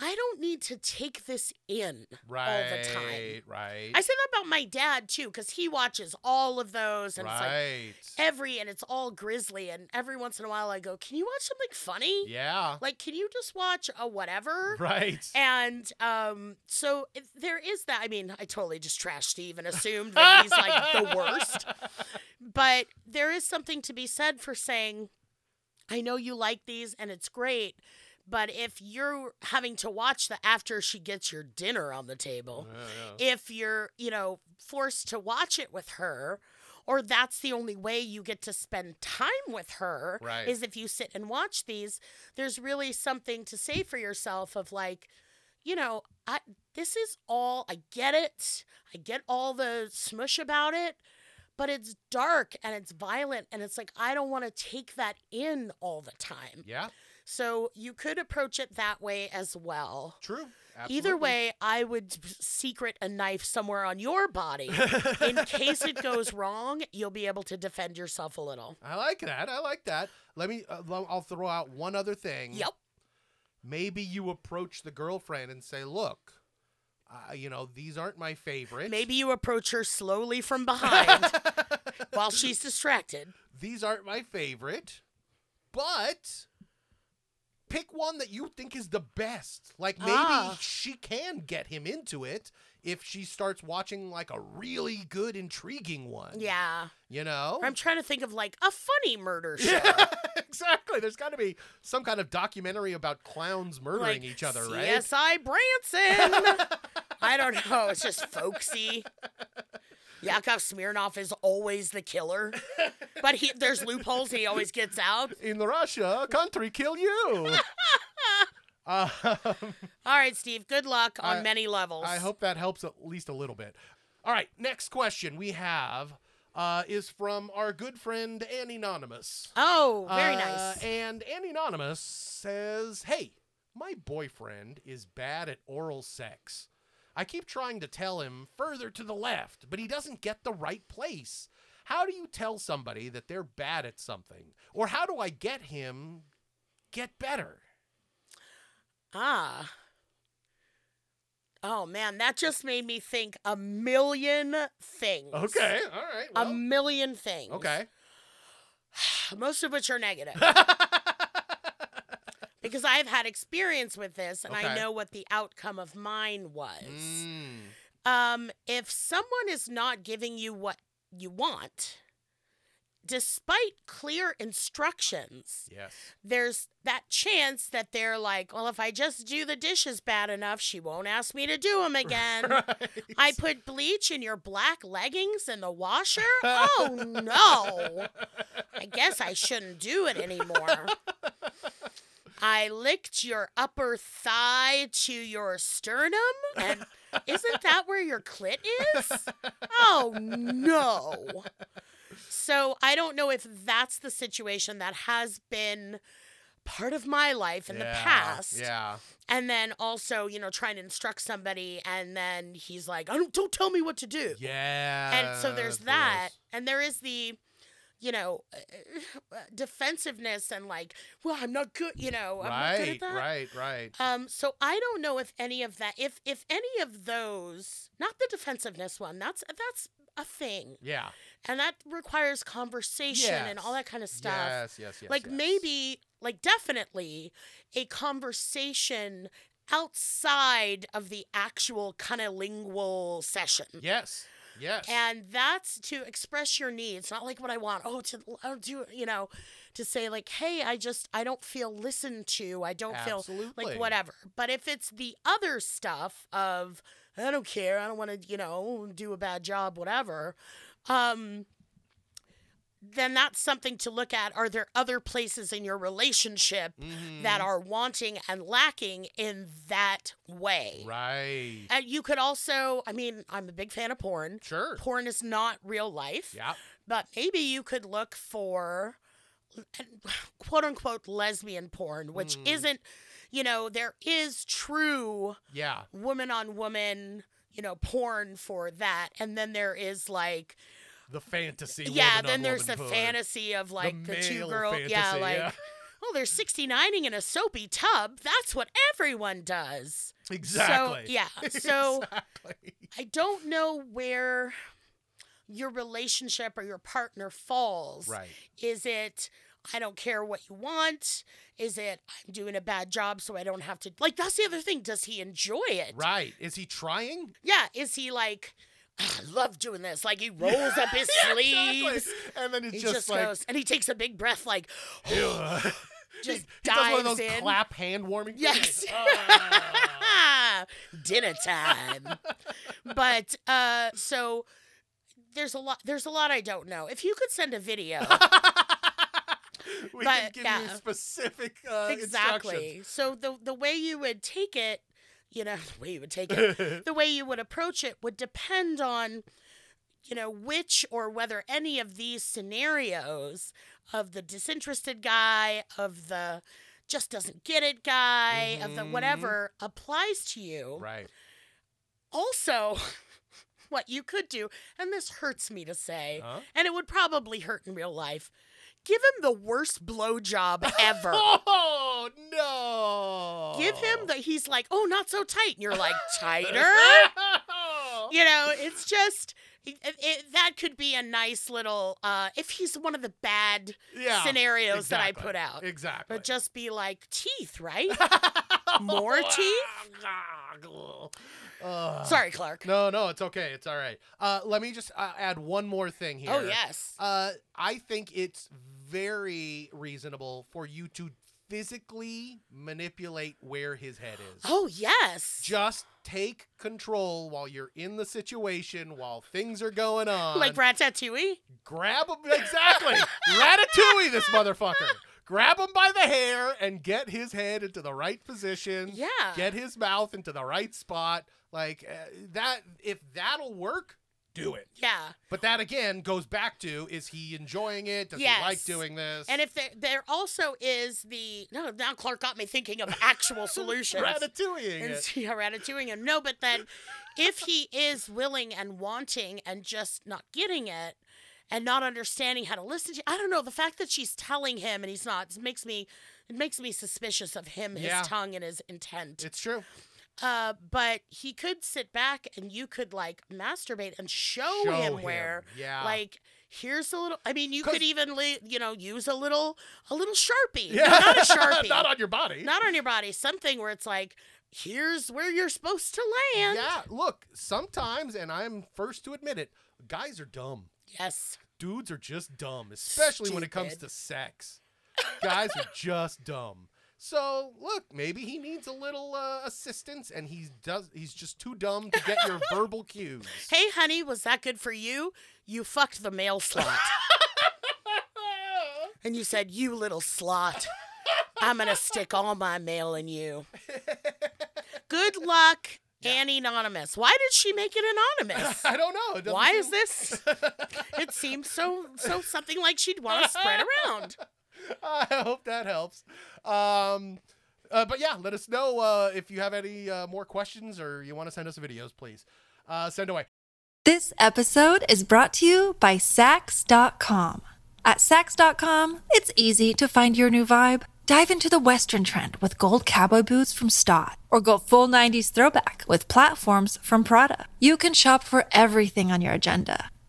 Speaker 3: I don't need to take this in
Speaker 1: right.
Speaker 3: all the time.
Speaker 1: Right.
Speaker 3: I say that about my dad too, because he watches all of those, and it's like
Speaker 1: right.
Speaker 3: every, and it's all grisly. And every once in a while, I go, "Can you watch something funny?
Speaker 1: yeah.
Speaker 3: Like, can you just watch a whatever?"
Speaker 1: Right.
Speaker 3: And um, so if there is that. I mean, I totally just trashed Steve and assumed that he's like the worst. But there is something to be said for saying, I know you like these and it's great, but if you're having to watch the after she gets your dinner on the table, if you're, you know, forced to watch it with her, or that's the only way you get to spend time with her
Speaker 1: Right.
Speaker 3: is if you sit and watch these, there's really something to say for yourself of like, you know, I this is all I get it. I get all the smush about it, but it's dark and it's violent and it's like I don't want to take that in all the time.
Speaker 1: yeah.
Speaker 3: So you could approach it that way as well.
Speaker 1: True.
Speaker 3: Either
Speaker 1: Absolutely.
Speaker 3: way, I would secret a knife somewhere on your body. In case it goes wrong, you'll be able to defend yourself a little.
Speaker 1: I like that. I like that. Let me. Uh, lo- I'll throw out one other thing.
Speaker 3: Yep.
Speaker 1: Maybe you approach the girlfriend and say, "Look, uh, you know these aren't my favorite.
Speaker 3: Maybe you approach her slowly from behind while she's distracted.
Speaker 1: these aren't my favorite, but pick one that you think is the best. Like maybe
Speaker 3: Ah.
Speaker 1: she can get him into it if she starts watching like a really good, intriguing one.
Speaker 3: Yeah.
Speaker 1: You know?
Speaker 3: I'm trying to think of like a funny murder show.
Speaker 1: exactly. There's got to be some kind of documentary about clowns murdering
Speaker 3: like
Speaker 1: each other, right?
Speaker 3: CSI Branson. I don't know. It's just folksy. Yakov Smirnoff is always the killer, but he, there's loopholes. He always gets out.
Speaker 1: In Russia, country kill you. um,
Speaker 3: All right, Steve. Good luck on
Speaker 1: I-
Speaker 3: many levels.
Speaker 1: I hope that helps at least a little bit. All right, next question we have uh, is from our good friend Anonymous.
Speaker 3: Oh, very
Speaker 1: Uh,
Speaker 3: nice.
Speaker 1: And Anonymous says, "Hey, my boyfriend is bad at oral sex. I keep trying to tell him further to the left, but he doesn't get the right place. How do you tell somebody that they're bad at something, or how do I get him get better?"
Speaker 3: Ah. Oh man, that just made me think a million things.
Speaker 1: all right.
Speaker 3: a million things.
Speaker 1: okay.
Speaker 3: most of which are negative. because I've had experience with this and I
Speaker 1: Okay.
Speaker 3: know what the outcome of mine was.
Speaker 1: Mm,
Speaker 3: Um, if someone is not giving you what you want, despite clear instructions,
Speaker 1: yes.
Speaker 3: there's that chance that they're like, well, if I just do the dishes bad enough, she won't ask me to do them again. I put bleach in your black leggings in the washer? Oh no. I guess I shouldn't do it anymore. I licked your upper thigh to your sternum and isn't that where your clit is? Oh no. So I don't know if that's the situation that has been part of my life in the
Speaker 1: Yeah,
Speaker 3: past.
Speaker 1: Yeah.
Speaker 3: And then also, you know, trying to instruct somebody and then he's like, I don't don't tell me what to do.
Speaker 1: Yeah.
Speaker 3: and so there's
Speaker 1: of
Speaker 3: that.
Speaker 1: course.
Speaker 3: And there is the you know, uh, defensiveness and like, well, I'm not good, you know, I'm not good at
Speaker 1: Right,
Speaker 3: that.
Speaker 1: right, right.
Speaker 3: Um, so I don't know if any of that, if if any of those, not the defensiveness one, that's that's a thing,
Speaker 1: Yeah.
Speaker 3: and that requires conversation and all that kind of stuff.
Speaker 1: Yes, yes, yes.
Speaker 3: like
Speaker 1: yes.
Speaker 3: maybe, like definitely, a conversation outside of the actual cunnilingual session.
Speaker 1: Yes. Yes.
Speaker 3: And that's to express your needs, not like what I want. Oh, to oh, do you know, to say like, hey, I just I don't feel listened to. I don't feel
Speaker 1: Absolutely.
Speaker 3: like whatever. But if it's the other stuff of I don't care, I don't want to, you know, do a bad job, whatever. Um, then that's something to look at. Are there other places in your relationship that
Speaker 1: Mm-hmm.
Speaker 3: are wanting and lacking in that way?
Speaker 1: right.
Speaker 3: And you could also, I mean, I'm a big fan of porn.
Speaker 1: Sure.
Speaker 3: Porn is not real life.
Speaker 1: Yeah.
Speaker 3: But maybe you could look for quote unquote lesbian porn, which
Speaker 1: Hmm.
Speaker 3: isn't, you know, there is true
Speaker 1: Yeah.
Speaker 3: woman on woman, you know, porn for that. And then there is like,
Speaker 1: The fantasy.
Speaker 3: yeah,
Speaker 1: woman on
Speaker 3: then there's the
Speaker 1: woman hood.
Speaker 3: fantasy of like the, two
Speaker 1: male
Speaker 3: girls. Yeah,
Speaker 1: fantasy,
Speaker 3: like,
Speaker 1: yeah.
Speaker 3: oh, they're 69ing in a soapy tub. That's what everyone does.
Speaker 1: Exactly.
Speaker 3: So, yeah. So.
Speaker 1: Exactly.
Speaker 3: I don't know where your relationship or your partner falls.
Speaker 1: Right.
Speaker 3: Is it I don't care what you want? Is it I'm doing a bad job so I don't have to like that's the other thing. Does he enjoy it?
Speaker 1: Right. Is he trying?
Speaker 3: Yeah. Is he like "Ah, I love doing this? Like he rolls up his
Speaker 1: Exactly.
Speaker 3: sleeves.
Speaker 1: And then it's
Speaker 3: He
Speaker 1: just,
Speaker 3: just,
Speaker 1: like
Speaker 3: goes and he takes a big breath like
Speaker 1: Ugh.
Speaker 3: just
Speaker 1: he does one of
Speaker 3: dives
Speaker 1: those
Speaker 3: in.
Speaker 1: clap hand warming.
Speaker 3: Yes.
Speaker 1: things. Ah.
Speaker 3: dinner time. but uh so there's a lot there's a lot I don't know. If you could send a video.
Speaker 1: we can
Speaker 3: But,
Speaker 1: give you
Speaker 3: yeah.
Speaker 1: specific uh,
Speaker 3: exactly. So the the way you would take it, you know, the way you would take it, the way you would approach it would depend on you know which or whether any of these scenarios of the disinterested guy of the just doesn't get it guy of the
Speaker 1: Mhm.
Speaker 3: whatever applies to you
Speaker 1: Right.
Speaker 3: also what you could do and this hurts me to say
Speaker 1: Huh?
Speaker 3: and it would probably hurt in real life give him the worst blow job ever
Speaker 1: Oh no!
Speaker 3: give him the he's like oh not so tight and you're like tighter you know it's just it, it- that could be a nice little uh if he's one of the bad
Speaker 1: yeah,
Speaker 3: scenarios that i
Speaker 1: exactly,
Speaker 3: put out
Speaker 1: Exactly.
Speaker 3: but just be like teeth right more teeth
Speaker 1: Ugh.
Speaker 3: sorry clark
Speaker 1: No, no, it's okay. It's all right. Uh, let me just uh, add one more thing here.
Speaker 3: oh yes
Speaker 1: Uh, I think it's very reasonable for you to physically manipulate where his head is.
Speaker 3: oh yes
Speaker 1: Just take control while you're in the situation, while things are going on.
Speaker 3: like ratatouille
Speaker 1: grab him exactly ratatouille this motherfucker grab him by the hair and get his head into the right position
Speaker 3: yeah
Speaker 1: get his mouth into the right spot like uh, that if that'll work do it
Speaker 3: yeah
Speaker 1: but that again goes back to is he enjoying it does he like
Speaker 3: Yes.
Speaker 1: doing this
Speaker 3: and if there, there also is the no now clark got me thinking of actual solutions
Speaker 1: ratatouilleing
Speaker 3: and
Speaker 1: it
Speaker 3: see how ratatouille him. No, but then if he is willing and wanting and just not getting it and not understanding how to listen to I don't know, the fact that she's telling him and he's not it makes me it makes me suspicious of him, his
Speaker 1: Yeah.
Speaker 3: tongue and his intent.
Speaker 1: it's true
Speaker 3: Uh, but he could sit back and you could like masturbate and show,
Speaker 1: Show
Speaker 3: him,
Speaker 1: him,
Speaker 3: where
Speaker 1: yeah.
Speaker 3: like here's a little I mean you
Speaker 1: 'Cause-
Speaker 3: could even li- you know use a little a little sharpie.
Speaker 1: yeah
Speaker 3: Not a sharpie
Speaker 1: not on your body
Speaker 3: not on your body, something where it's like, here's where you're supposed to land.
Speaker 1: yeah look sometimes and i'm first to admit it guys are dumb
Speaker 3: Yes.
Speaker 1: dudes are just dumb, especially when it comes to
Speaker 3: Stupid.
Speaker 1: sex. Guys are just dumb. So look, maybe he needs a little uh, assistance, and he does. He's just too dumb to get your verbal cues.
Speaker 3: Hey, honey, was that good for you? You fucked the male slot. and you said, you little slot. I'm going to stick all my mail in you. Good luck, Annie Anonymous. Why did she make it anonymous?
Speaker 1: I don't know. It doesn't
Speaker 3: Why
Speaker 1: seem-
Speaker 3: is this? It seems so so something like she'd want to spread around.
Speaker 1: I hope that helps. Um, uh, but yeah, let us know uh, if you have any uh, more questions or you want to send us videos, please. Uh, send away.
Speaker 4: This episode is brought to you by Sax.com. At Sax.com, it's easy to find your new vibe. Dive into the Western trend with gold cowboy boots from Stott, or go full 90s throwback with platforms from Prada. You can shop for everything on your agenda,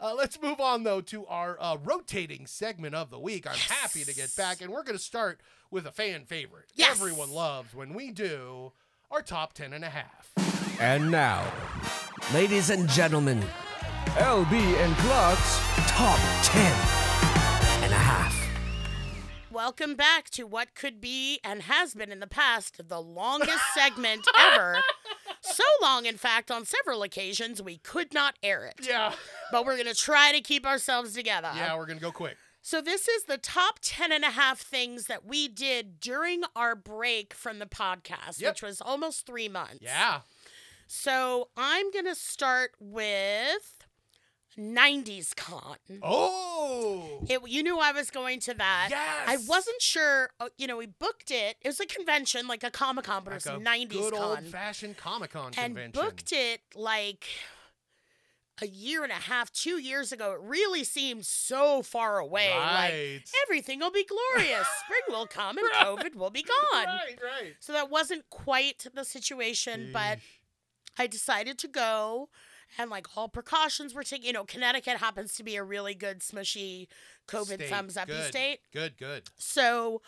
Speaker 1: Uh, let's move on, though, to our uh, rotating segment of the week. I'm happy to get back, and we're going to start with a fan favorite.
Speaker 3: Yes.
Speaker 1: Everyone loves when we do our top 10 and a half.
Speaker 5: And now, ladies and gentlemen, LB and Clark's top 10 and a half.
Speaker 3: Welcome back to what could be and has been in the past the longest segment ever. So long, in fact, on several occasions we could not air it.
Speaker 1: Yeah.
Speaker 3: But we're going to try to keep ourselves together.
Speaker 1: Yeah, we're going to go quick.
Speaker 3: So, this is the top 10 and a half things that we did during our break from the podcast,
Speaker 1: Yep.
Speaker 3: which was almost three months.
Speaker 1: Yeah.
Speaker 3: So, I'm going to start with 90s con.
Speaker 1: Oh.
Speaker 3: It, you knew I was going to that. I
Speaker 1: Yes.
Speaker 3: wasn't sure. uh, You know, we booked it. It was a convention, like a Comic Con, but it was
Speaker 1: Like a
Speaker 3: 90s
Speaker 1: good
Speaker 3: con.
Speaker 1: old fashioned Comic Con
Speaker 3: and
Speaker 1: convention.
Speaker 3: booked it like a year and a half, two years ago. It really seemed so far away.
Speaker 1: Right.
Speaker 3: Like everything will be glorious. Spring will come and COVID will be gone.
Speaker 1: Right, right.
Speaker 3: So that wasn't quite the situation, but I decided to go and like all precautions were taken. You know, Connecticut happens to be a really good smushy COVID
Speaker 1: State.
Speaker 3: thumbs up
Speaker 1: good.
Speaker 3: state.
Speaker 1: Good, good.
Speaker 3: So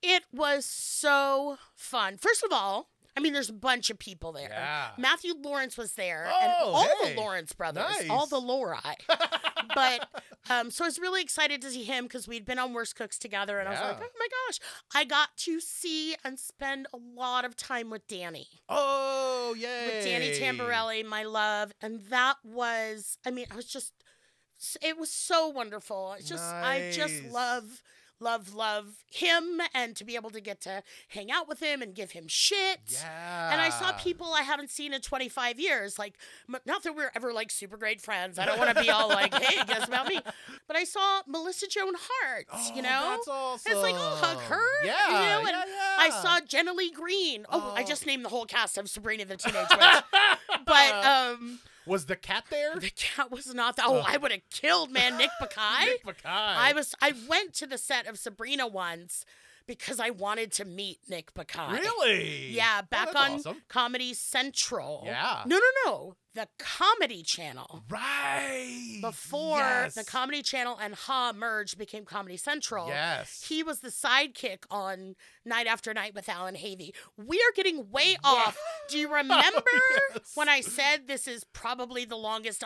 Speaker 3: it was so fun. First of all, I mean, there's a bunch of people there.
Speaker 1: Yeah.
Speaker 3: Matthew Lawrence was there, and
Speaker 1: Oh,
Speaker 3: all
Speaker 1: hey.
Speaker 3: the Lawrence brothers, all
Speaker 1: Nice.
Speaker 3: the Lori. but um, so I was really excited to see him because we'd been on Worst Cooks together, and I was like,
Speaker 1: Yeah.
Speaker 3: oh my gosh, I got to see and spend a lot of time with Danny
Speaker 1: Oh, yay.
Speaker 3: with Danny Tamborelli, my love, and that was I mean, I was just it was so wonderful. It's just I just
Speaker 1: Nice.
Speaker 3: love love love him and to be able to get to hang out with him and give him shit.
Speaker 1: Yeah.
Speaker 3: And I saw people I haven't seen in 25 years. Like, m- not that we we're ever like super great friends. I don't want to be all like, hey, guess about me. But I saw Melissa Joan Hart,
Speaker 1: Oh,
Speaker 3: you know?
Speaker 1: that's awesome.
Speaker 3: It's like, oh, hug her.
Speaker 1: Yeah,
Speaker 3: You know? And
Speaker 1: yeah,
Speaker 3: I
Speaker 1: yeah.
Speaker 3: saw Jenna Lee Green. Oh, I just named the whole cast of Sabrina the Teenage Witch. but um,
Speaker 1: Was the cat there?
Speaker 3: the cat was not. The- oh, I would have killed, man, Nick Bakay.
Speaker 1: Nick Bakay.
Speaker 3: I was. I went to the set of Sabrina once because I wanted to meet Nick Bakay.
Speaker 1: Really?
Speaker 3: Yeah,
Speaker 1: Oh,
Speaker 3: back
Speaker 1: that's
Speaker 3: on
Speaker 1: Awesome.
Speaker 3: Comedy Central.
Speaker 1: Yeah.
Speaker 3: No, no, no. The Comedy Channel.
Speaker 1: Right.
Speaker 3: Before
Speaker 1: yes.
Speaker 3: the Comedy Channel and Ha merged became Comedy Central.
Speaker 1: Yes.
Speaker 3: He was the sidekick on Night After Night with Alan Havey. We are getting way off. Do you remember when I said this is probably the longest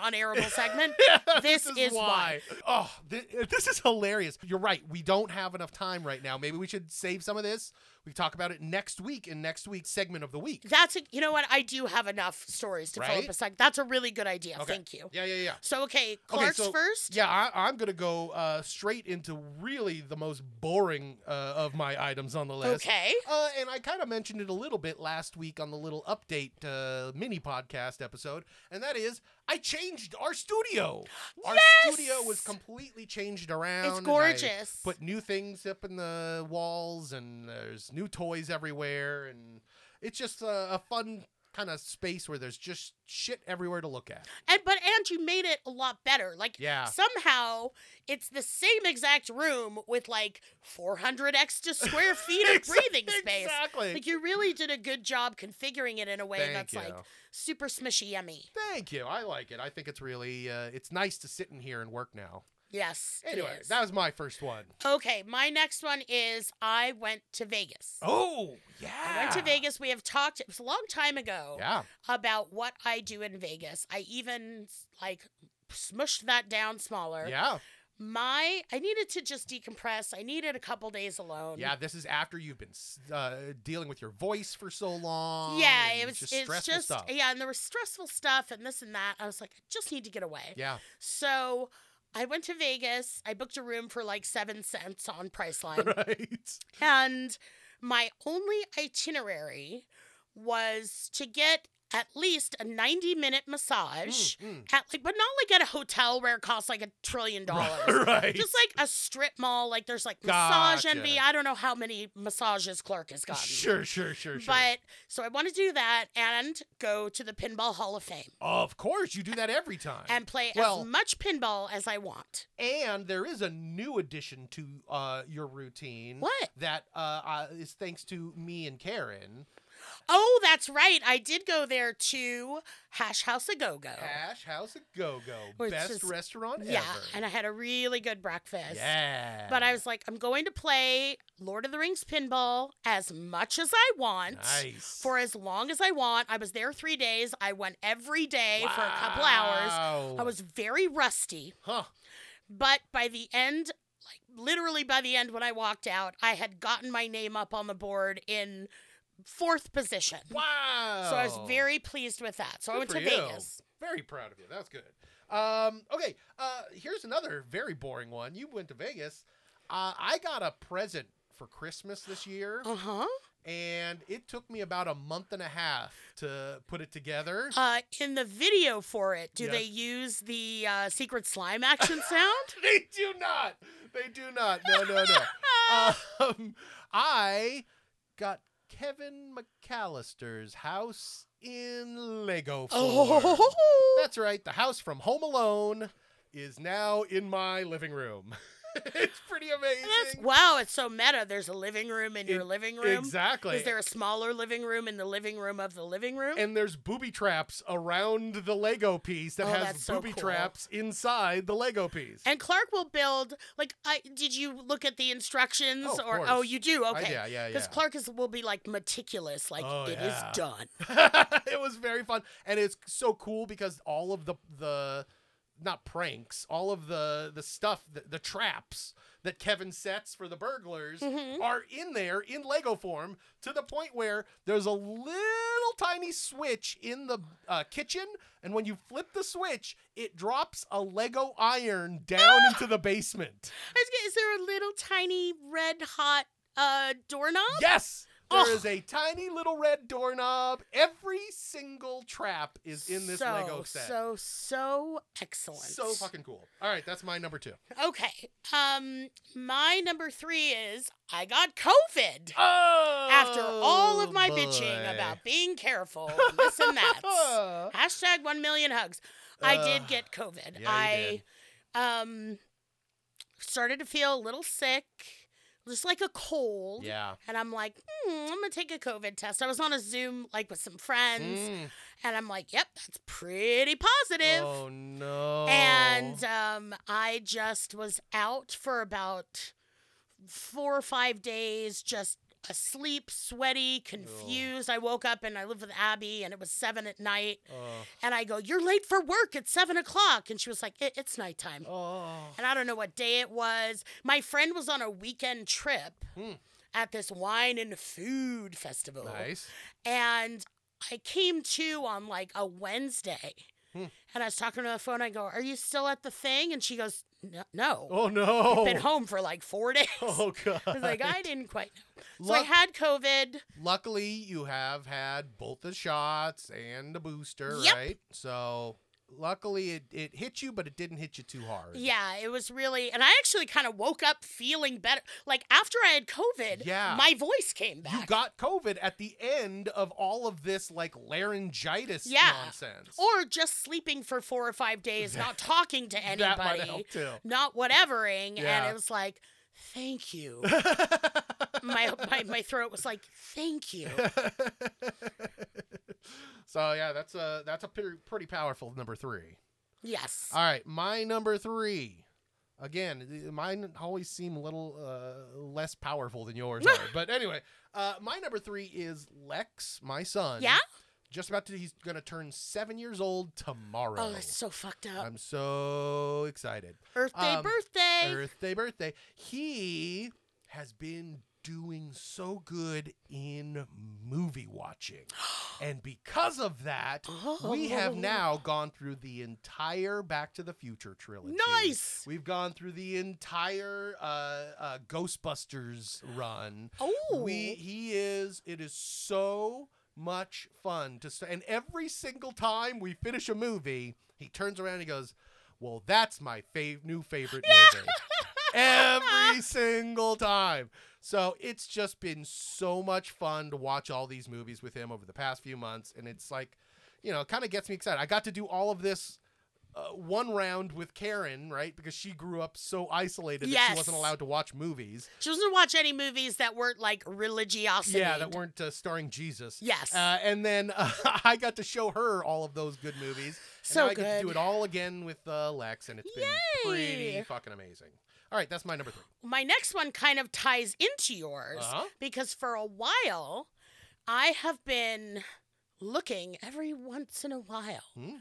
Speaker 3: unairable segment? this, is why.
Speaker 1: Oh, thi- this is hilarious. You're right. We don't have enough time right now. Maybe we should save some of this. We can talk about it next week in next week's segment of the week.
Speaker 3: That's a, you know what? I do have enough stories to fill up
Speaker 1: Right?
Speaker 3: a seg. That's a really good idea.
Speaker 1: Okay.
Speaker 3: Thank you.
Speaker 1: Yeah, yeah, yeah.
Speaker 3: So okay,
Speaker 1: Okay,
Speaker 3: Clark's
Speaker 1: so-
Speaker 3: first.
Speaker 1: Yeah, I, I'm gonna go uh, straight into really the most boring uh, of my items on the list.
Speaker 3: Okay.
Speaker 1: Uh, and I kind of mentioned it a little bit last week on the little update uh, mini podcast episode, and that is I changed our studio. Our studio was completely changed around. and I
Speaker 3: gorgeous.
Speaker 1: Put new things up in the walls, and there's new toys everywhere, and it's just a, a fun kind of space where there's just shit everywhere to look at.
Speaker 3: And but and you made it a lot better. Like
Speaker 1: Yeah.
Speaker 3: somehow it's the same exact room with like 400 extra square feet of
Speaker 1: Exact-
Speaker 3: breathing space.
Speaker 1: exactly.
Speaker 3: Like you really did a good job configuring it in a way
Speaker 1: Thank
Speaker 3: that's like
Speaker 1: you.
Speaker 3: super smushy yummy.
Speaker 1: Thank you. I like it. I think it's really uh, it's nice to sit in here and work now.
Speaker 3: Yes. it
Speaker 1: Anyway,
Speaker 3: is.
Speaker 1: that was my first one.
Speaker 3: okay, my next one is I went to Vegas.
Speaker 1: Oh, yeah.
Speaker 3: I went to Vegas. We have talked, it was a long time ago,
Speaker 1: Yeah.
Speaker 3: about what I do in Vegas. I even like smushed that down smaller.
Speaker 1: Yeah.
Speaker 3: My, I needed to just decompress. I needed a couple days alone.
Speaker 1: Yeah, this is after you've been s- uh, dealing with your voice for so long.
Speaker 3: Yeah,
Speaker 1: and
Speaker 3: it was.
Speaker 1: just
Speaker 3: it's
Speaker 1: stressful
Speaker 3: just
Speaker 1: stuff.
Speaker 3: yeah, and there was stressful stuff and this and that. I was like, I just need to get away.
Speaker 1: Yeah.
Speaker 3: So I went to Vegas. I booked a room for like seven cents on Priceline,
Speaker 1: Right.
Speaker 3: and my only itinerary was to get at least a ninety-minute massage
Speaker 1: Mm,
Speaker 3: at like, but not like at a hotel where it costs like a trillion dollars.
Speaker 1: right.
Speaker 3: Just like a strip mall, like there's like massage
Speaker 1: Gotcha.
Speaker 3: envy. I don't know how many massages Clark has gotten.
Speaker 1: sure, sure, sure, sure.
Speaker 3: But so I want to do that and go to the Pinball Hall of Fame
Speaker 1: of course, you do that every time.
Speaker 3: and play
Speaker 1: well,
Speaker 3: as much pinball as I want.
Speaker 1: And there is a new addition to uh, your routine.
Speaker 3: What?
Speaker 1: That uh, uh, is thanks to me and Karen.
Speaker 3: Oh, that's right. I did go there to Hash House a Go Go.
Speaker 1: Ash House a Go Go,
Speaker 3: Which
Speaker 1: best
Speaker 3: is-
Speaker 1: restaurant
Speaker 3: Yeah.
Speaker 1: ever.
Speaker 3: And I had a really good breakfast.
Speaker 1: yeah.
Speaker 3: But I was like, I'm going to play Lord of the Rings pinball as much as I want.
Speaker 1: nice
Speaker 3: For as long as I want. I was there three days. I went every day for a couple hours. I
Speaker 1: Wow.
Speaker 3: was very rusty.
Speaker 1: huh.
Speaker 3: But by the end, like literally by the end when I walked out, I had gotten my name up on the board in fourth position.
Speaker 1: Wow.
Speaker 3: So I was very pleased with that. So I
Speaker 1: Good
Speaker 3: went
Speaker 1: for
Speaker 3: to
Speaker 1: you.
Speaker 3: Vegas.
Speaker 1: Very proud of you. That's good. Um, okay, uh, here's another very boring one. You went to Vegas. Uh, I got a present for Christmas this year,
Speaker 3: Uh huh.
Speaker 1: and it took me about a month and a half to put it together.
Speaker 3: Uh, in the video for it, do
Speaker 1: Yeah.
Speaker 3: they use the uh, secret slime action sound?
Speaker 1: they do not. They do not. No, no, no. um, I got Kevin McAllister's house in Lego form.
Speaker 3: Oh.
Speaker 1: That's right. The house from Home Alone is now in my living room. it's pretty amazing.
Speaker 3: That's, wow, it's so meta. There's a living room in your
Speaker 1: E-
Speaker 3: living room.
Speaker 1: Exactly.
Speaker 3: Is there a smaller living room in the living room of the living room?
Speaker 1: and there's booby traps around the Lego piece that
Speaker 3: Oh,
Speaker 1: has
Speaker 3: that's so
Speaker 1: booby
Speaker 3: cool.
Speaker 1: traps inside the Lego piece.
Speaker 3: And Clark will build like I did you look at the instructions
Speaker 1: Oh, of
Speaker 3: or
Speaker 1: course.
Speaker 3: oh you do
Speaker 1: I-
Speaker 3: okay
Speaker 1: yeah, yeah,
Speaker 3: because
Speaker 1: yeah.
Speaker 3: Clark is will be like meticulous like
Speaker 1: Oh,
Speaker 3: it is
Speaker 1: yeah.
Speaker 3: done
Speaker 1: it was very fun, and it's so cool because all of the the not pranks, all of the the stuff, the, the traps that Kevin sets for the burglars
Speaker 3: Mm-hmm.
Speaker 1: are in there in Lego form to the point where there's a little tiny switch in the uh, kitchen, and when you flip the switch, it drops a Lego iron down into the basement.
Speaker 3: I was gonna- is there a little tiny red hot uh doorknob
Speaker 1: Yes. there is
Speaker 3: Ugh.
Speaker 1: a tiny little red doorknob. Every single trap is in this
Speaker 3: so,
Speaker 1: Lego set.
Speaker 3: so so excellent
Speaker 1: So fucking cool. All right, that's my number two.
Speaker 3: okay um my number three is I got COVID
Speaker 1: Oh,
Speaker 3: after all of my bitching about being careful and this and that Hashtag one million hugs. I
Speaker 1: Uh,
Speaker 3: did get COVID.
Speaker 1: yeah, you
Speaker 3: I um started to feel a little sick, just like a cold.
Speaker 1: Yeah.
Speaker 3: And I'm like, hmm, I'm gonna take a COVID test. I was on a Zoom like with some friends,
Speaker 1: Mm.
Speaker 3: and I'm like, yep, that's pretty positive.
Speaker 1: Oh no.
Speaker 3: And
Speaker 1: Oh.
Speaker 3: um, I just was out for about four or five days, just asleep, sweaty, confused. I woke up and I lived with Abby, and it was seven at night.
Speaker 1: Oh.
Speaker 3: And I go, You're late for work. It's seven o'clock. And she was like, "It- It's nighttime.
Speaker 1: Oh.
Speaker 3: And I don't know what day it was. My friend was on a weekend trip
Speaker 1: Hmm.
Speaker 3: at this wine and food festival.
Speaker 1: Nice.
Speaker 3: And I came to on like a Wednesday.
Speaker 1: Hmm.
Speaker 3: And I was talking to her on the phone. I go, Are you still at the thing? And she goes, "No- No.
Speaker 1: Oh no.
Speaker 3: I've been home for like four days.
Speaker 1: Oh god.
Speaker 3: I was like, I didn't quite know. So I
Speaker 1: Luck-
Speaker 3: had COVID.
Speaker 1: Luckily, you have had both the shots and the booster,
Speaker 3: Yep.
Speaker 1: right? So, luckily, it, it hit you, but it didn't hit you too hard.
Speaker 3: Yeah, it was really, and I actually kind of woke up feeling better. Like after I had COVID,
Speaker 1: Yeah.
Speaker 3: my voice came back.
Speaker 1: You got COVID at the end of all of this like laryngitis
Speaker 3: Yeah.
Speaker 1: nonsense.
Speaker 3: or just sleeping for four or five days, not talking to
Speaker 1: That might
Speaker 3: anybody,
Speaker 1: help too.
Speaker 3: not whatevering,
Speaker 1: Yeah.
Speaker 3: and it was like, thank you. my, my my throat was like, thank you.
Speaker 1: so yeah, that's a that's a pretty, pretty powerful number three.
Speaker 3: Yes.
Speaker 1: All right, my number three. Again, th- mine always seem a little uh, less powerful than yours are. But anyway, uh, my number three is Lex, my son.
Speaker 3: Yeah?
Speaker 1: Just about to, he's going to turn seven years old tomorrow.
Speaker 3: Oh, that's so fucked up.
Speaker 1: I'm so excited.
Speaker 3: Earth Day,
Speaker 1: Um,
Speaker 3: birthday.
Speaker 1: Earth Day, birthday. He has been doing so good in movie watching. And because of that, we have
Speaker 3: Oh.
Speaker 1: now gone through the entire Back to the Future trilogy.
Speaker 3: Nice.
Speaker 1: We've gone through the entire uh, uh, Ghostbusters run.
Speaker 3: Oh.
Speaker 1: We he is it is so much fun to st- and every single time we finish a movie, he turns around and he goes, "Well, that's my fav- new favorite movie." every single time. So it's just been so much fun to watch all these movies with him over the past few months, and it's like, you know, it kind of gets me excited. I got to do all of this. Uh, one round with Karen, right? Because she grew up so isolated that she
Speaker 3: Yes.
Speaker 1: wasn't allowed to watch movies.
Speaker 3: She doesn't watch any movies that weren't like religiosity.
Speaker 1: Yeah, that weren't uh, starring Jesus.
Speaker 3: Yes.
Speaker 1: Uh, and then uh, I got to show her all of those good movies.
Speaker 3: So
Speaker 1: and now I get to do
Speaker 3: good.
Speaker 1: it all again with uh, Lex, and it's been pretty
Speaker 3: Yay.
Speaker 1: fucking amazing. All right, that's my number three.
Speaker 3: My next one kind of ties into yours
Speaker 1: Uh-huh.
Speaker 3: because for a while I have been looking every once in a while
Speaker 1: Hmm?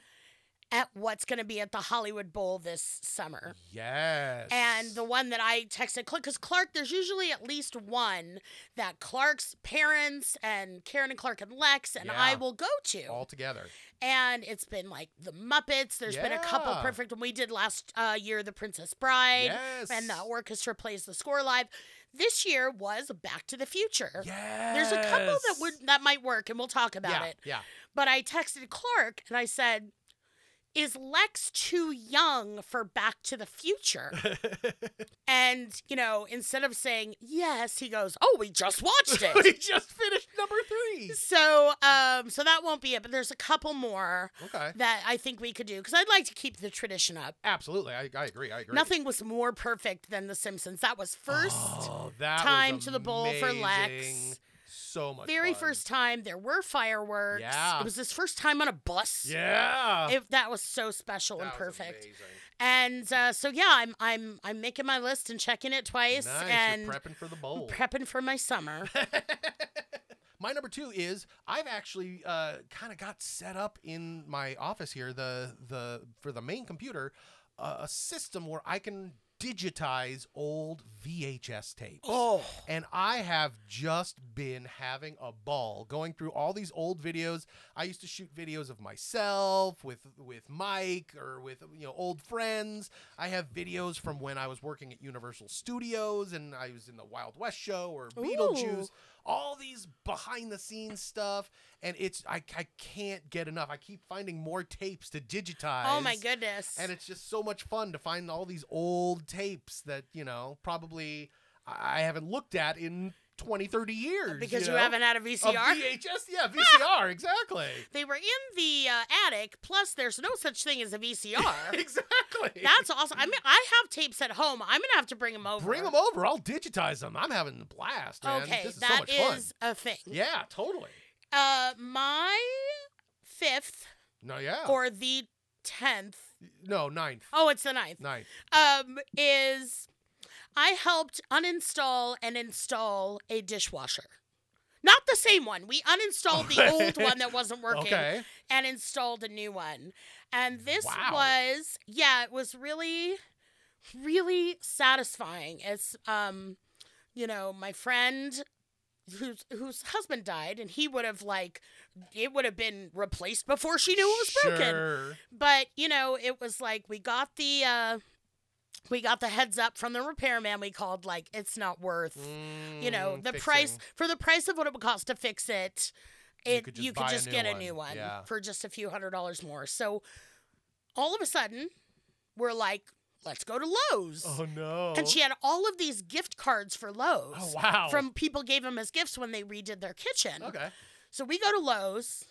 Speaker 3: at what's going to be at the Hollywood Bowl this summer.
Speaker 1: Yes.
Speaker 3: And the one that I texted Clark, because Clark, there's usually at least one that Clark's parents and Karen and Clark and Lex and I
Speaker 1: Yeah.
Speaker 3: will go to.
Speaker 1: all together.
Speaker 3: and it's been like the Muppets. There's been a couple
Speaker 1: Yeah.
Speaker 3: perfect. When we did last uh, year, The Princess Bride,
Speaker 1: Yes.
Speaker 3: and the orchestra plays the score live. This year was Back to the Future.
Speaker 1: Yeah.
Speaker 3: There's a couple that would that might work, and we'll talk about
Speaker 1: yeah,
Speaker 3: it.
Speaker 1: Yeah.
Speaker 3: But I texted Clark and I said, "Is Lex too young for Back to the Future?" and you know, instead of saying yes, he goes, "Oh, we just watched it."
Speaker 1: we just finished number three.
Speaker 3: So, um, so that won't be it, but there's a couple more
Speaker 1: Okay.
Speaker 3: that I think we could do because I'd like to keep the tradition up.
Speaker 1: Absolutely. I, I agree. I agree.
Speaker 3: Nothing was more perfect than The Simpsons. That was first,
Speaker 1: Oh, that was
Speaker 3: time to the bowl for Lex.
Speaker 1: amazing. So much.
Speaker 3: very
Speaker 1: fun.
Speaker 3: first time. There were fireworks.
Speaker 1: Yeah.
Speaker 3: It was his first time on a bus.
Speaker 1: Yeah.
Speaker 3: It, that was so special
Speaker 1: Oh. That
Speaker 3: and
Speaker 1: was
Speaker 3: perfect.
Speaker 1: amazing.
Speaker 3: And uh, so yeah, I'm I'm I'm making my list and checking it twice
Speaker 1: Nice.
Speaker 3: and
Speaker 1: You're prepping for the bowl.
Speaker 3: prepping for my summer.
Speaker 1: my number two is I've actually uh, kind of got set up in my office here the the for the main computer uh, a system where I can digitize old VHS tapes. Oh, and I have just been having a ball going through all these old videos. I used to shoot videos of myself with with Mike or with you know old friends. I have videos from when I was working at Universal Studios and I was in the Wild West show or Beetlejuice
Speaker 3: Ooh.
Speaker 1: all these behind the scenes stuff and it's I, I can't get enough i keep finding more tapes to digitize
Speaker 3: oh my goodness.
Speaker 1: and it's just so much fun to find all these old tapes that you know probably i I haven't looked at in 20 30 years
Speaker 3: because you,
Speaker 1: know?
Speaker 3: haven't had a
Speaker 1: A
Speaker 3: VCR.
Speaker 1: vhs yeah vcr exactly
Speaker 3: They were in the uh, attic. Plus, there's no such thing as a VCR.
Speaker 1: exactly
Speaker 3: That's awesome. I mean, I have tapes at home. I'm gonna have to bring them over.
Speaker 1: bring them over i'll digitize them i'm having a blast man.
Speaker 3: Okay,
Speaker 1: this is so
Speaker 3: that
Speaker 1: much fun
Speaker 3: is a thing.
Speaker 1: yeah totally
Speaker 3: Uh, my fifth
Speaker 1: no yeah
Speaker 3: or the tenth.
Speaker 1: no ninth
Speaker 3: Oh, it's the ninth.
Speaker 1: ninth
Speaker 3: Um, is I helped uninstall and install a dishwasher. Not the same one. We uninstalled the old one that wasn't working.
Speaker 1: okay
Speaker 3: and installed a new one. And this
Speaker 1: Wow.
Speaker 3: was, yeah, it was really, really satisfying. It's, um, you know, my friend whose whose husband died, and he would have like, it would have been replaced before she knew it was broken.
Speaker 1: Sure.
Speaker 3: But you know, it was like we got the. uh we got the heads up from the repairman we called like it's not worth you know
Speaker 1: Mm,
Speaker 3: the
Speaker 1: fixing.
Speaker 3: price for the price of what it would cost to fix it
Speaker 1: You
Speaker 3: it you
Speaker 1: could
Speaker 3: could
Speaker 1: just
Speaker 3: just,
Speaker 1: buy a new
Speaker 3: get
Speaker 1: one.
Speaker 3: a new one
Speaker 1: Yeah.
Speaker 3: for just a few hundred dollars more so all of a sudden we're like let's go to lowes
Speaker 1: Oh no.
Speaker 3: and she had all of these gift cards for lowes
Speaker 1: Oh wow.
Speaker 3: from people gave them as gifts when they redid their kitchen
Speaker 1: Okay.
Speaker 3: so we go to Lowe's.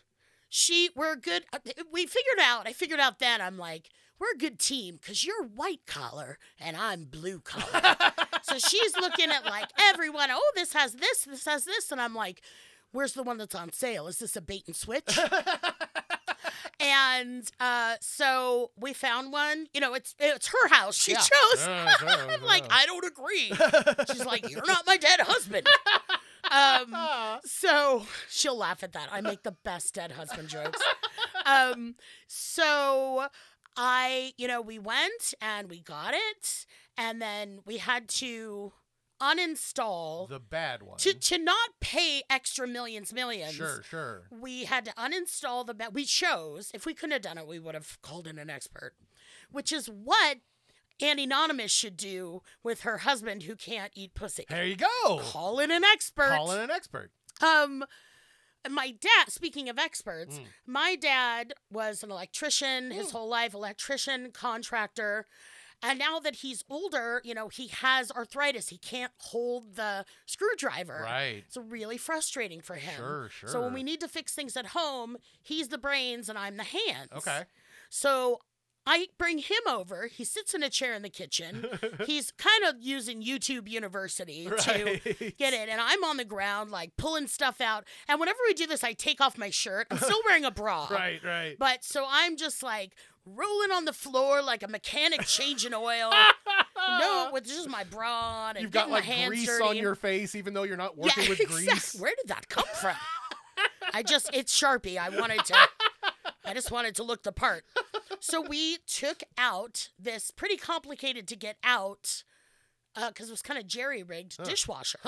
Speaker 3: She, we're a good. uh, We figured out. I figured out then. I'm like, we're a good team because you're white collar and I'm blue collar. so she's looking at like everyone. Oh, this has this. This has this. And I'm like, where's the one that's on sale? Is this a bait and switch? and uh, so we found one. You know, it's it's her house. She chose. I'm like, I don't agree. She's like, you're not my dead husband. Um, so she'll laugh at that. I make the best dead husband jokes. Um, so I, you know, we went and we got it, and then we had to uninstall
Speaker 1: The bad one.
Speaker 3: to to not pay extra millions millions
Speaker 1: Sure, sure.
Speaker 3: we had to uninstall the ba- we chose if we couldn't have done it we would have called in an expert which is what anonymous should do with her husband who can't eat pussy
Speaker 1: There you go.
Speaker 3: call in an expert
Speaker 1: Call in an expert.
Speaker 3: um my dad speaking of
Speaker 1: Hmm.
Speaker 3: experts my dad was an electrician his whole life electrician contractor and now that he's older you know he has arthritis he can't hold the screwdriver
Speaker 1: Right.
Speaker 3: it's really frustrating for him
Speaker 1: Sure,
Speaker 3: so when we
Speaker 1: sure.
Speaker 3: need to fix things at home he's the brains and i'm the hands
Speaker 1: Okay.
Speaker 3: so I bring him over. He sits in a chair in the kitchen. He's kind of using YouTube University to
Speaker 1: Right.
Speaker 3: get it. And I'm on the ground, like pulling stuff out. And whenever we do this, I take off my shirt. I'm still wearing a bra.
Speaker 1: Right, right.
Speaker 3: But so I'm just like rolling on the floor like a mechanic changing oil. no, with just my bra on and
Speaker 1: You've got
Speaker 3: getting my
Speaker 1: like
Speaker 3: hands
Speaker 1: grease
Speaker 3: dirty.
Speaker 1: on your face, even though you're not working with
Speaker 3: exact-
Speaker 1: grease.
Speaker 3: Where did that come from? I just it's Sharpie. I wanted to I just wanted to look the part. So we took out this pretty complicated to get out because it was kind of jerry rigged dishwasher.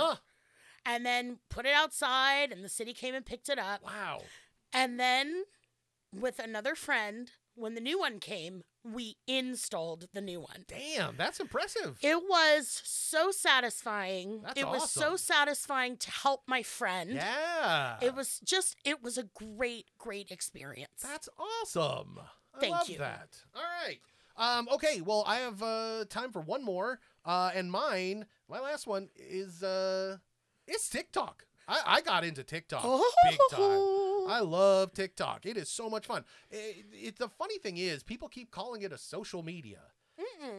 Speaker 3: And then put it outside and the city came and picked it up.
Speaker 1: Wow.
Speaker 3: And then with another friend, when the new one came, we installed the new one.
Speaker 1: Damn, that's impressive.
Speaker 3: It was so satisfying.
Speaker 1: That's
Speaker 3: it was so
Speaker 1: awesome.
Speaker 3: satisfying to help my friend.
Speaker 1: yeah.
Speaker 3: It was just it was a great, great experience.
Speaker 1: That's awesome. I
Speaker 3: Thank
Speaker 1: love
Speaker 3: you.
Speaker 1: That. All right. Um, okay. Well, I have uh, time for one more, uh, and mine, my last one is uh, it's TikTok. I, I got into TikTok big
Speaker 3: Oh.
Speaker 1: time. I love TikTok. It is so much fun. It, it, the funny thing is, people keep calling it a social media.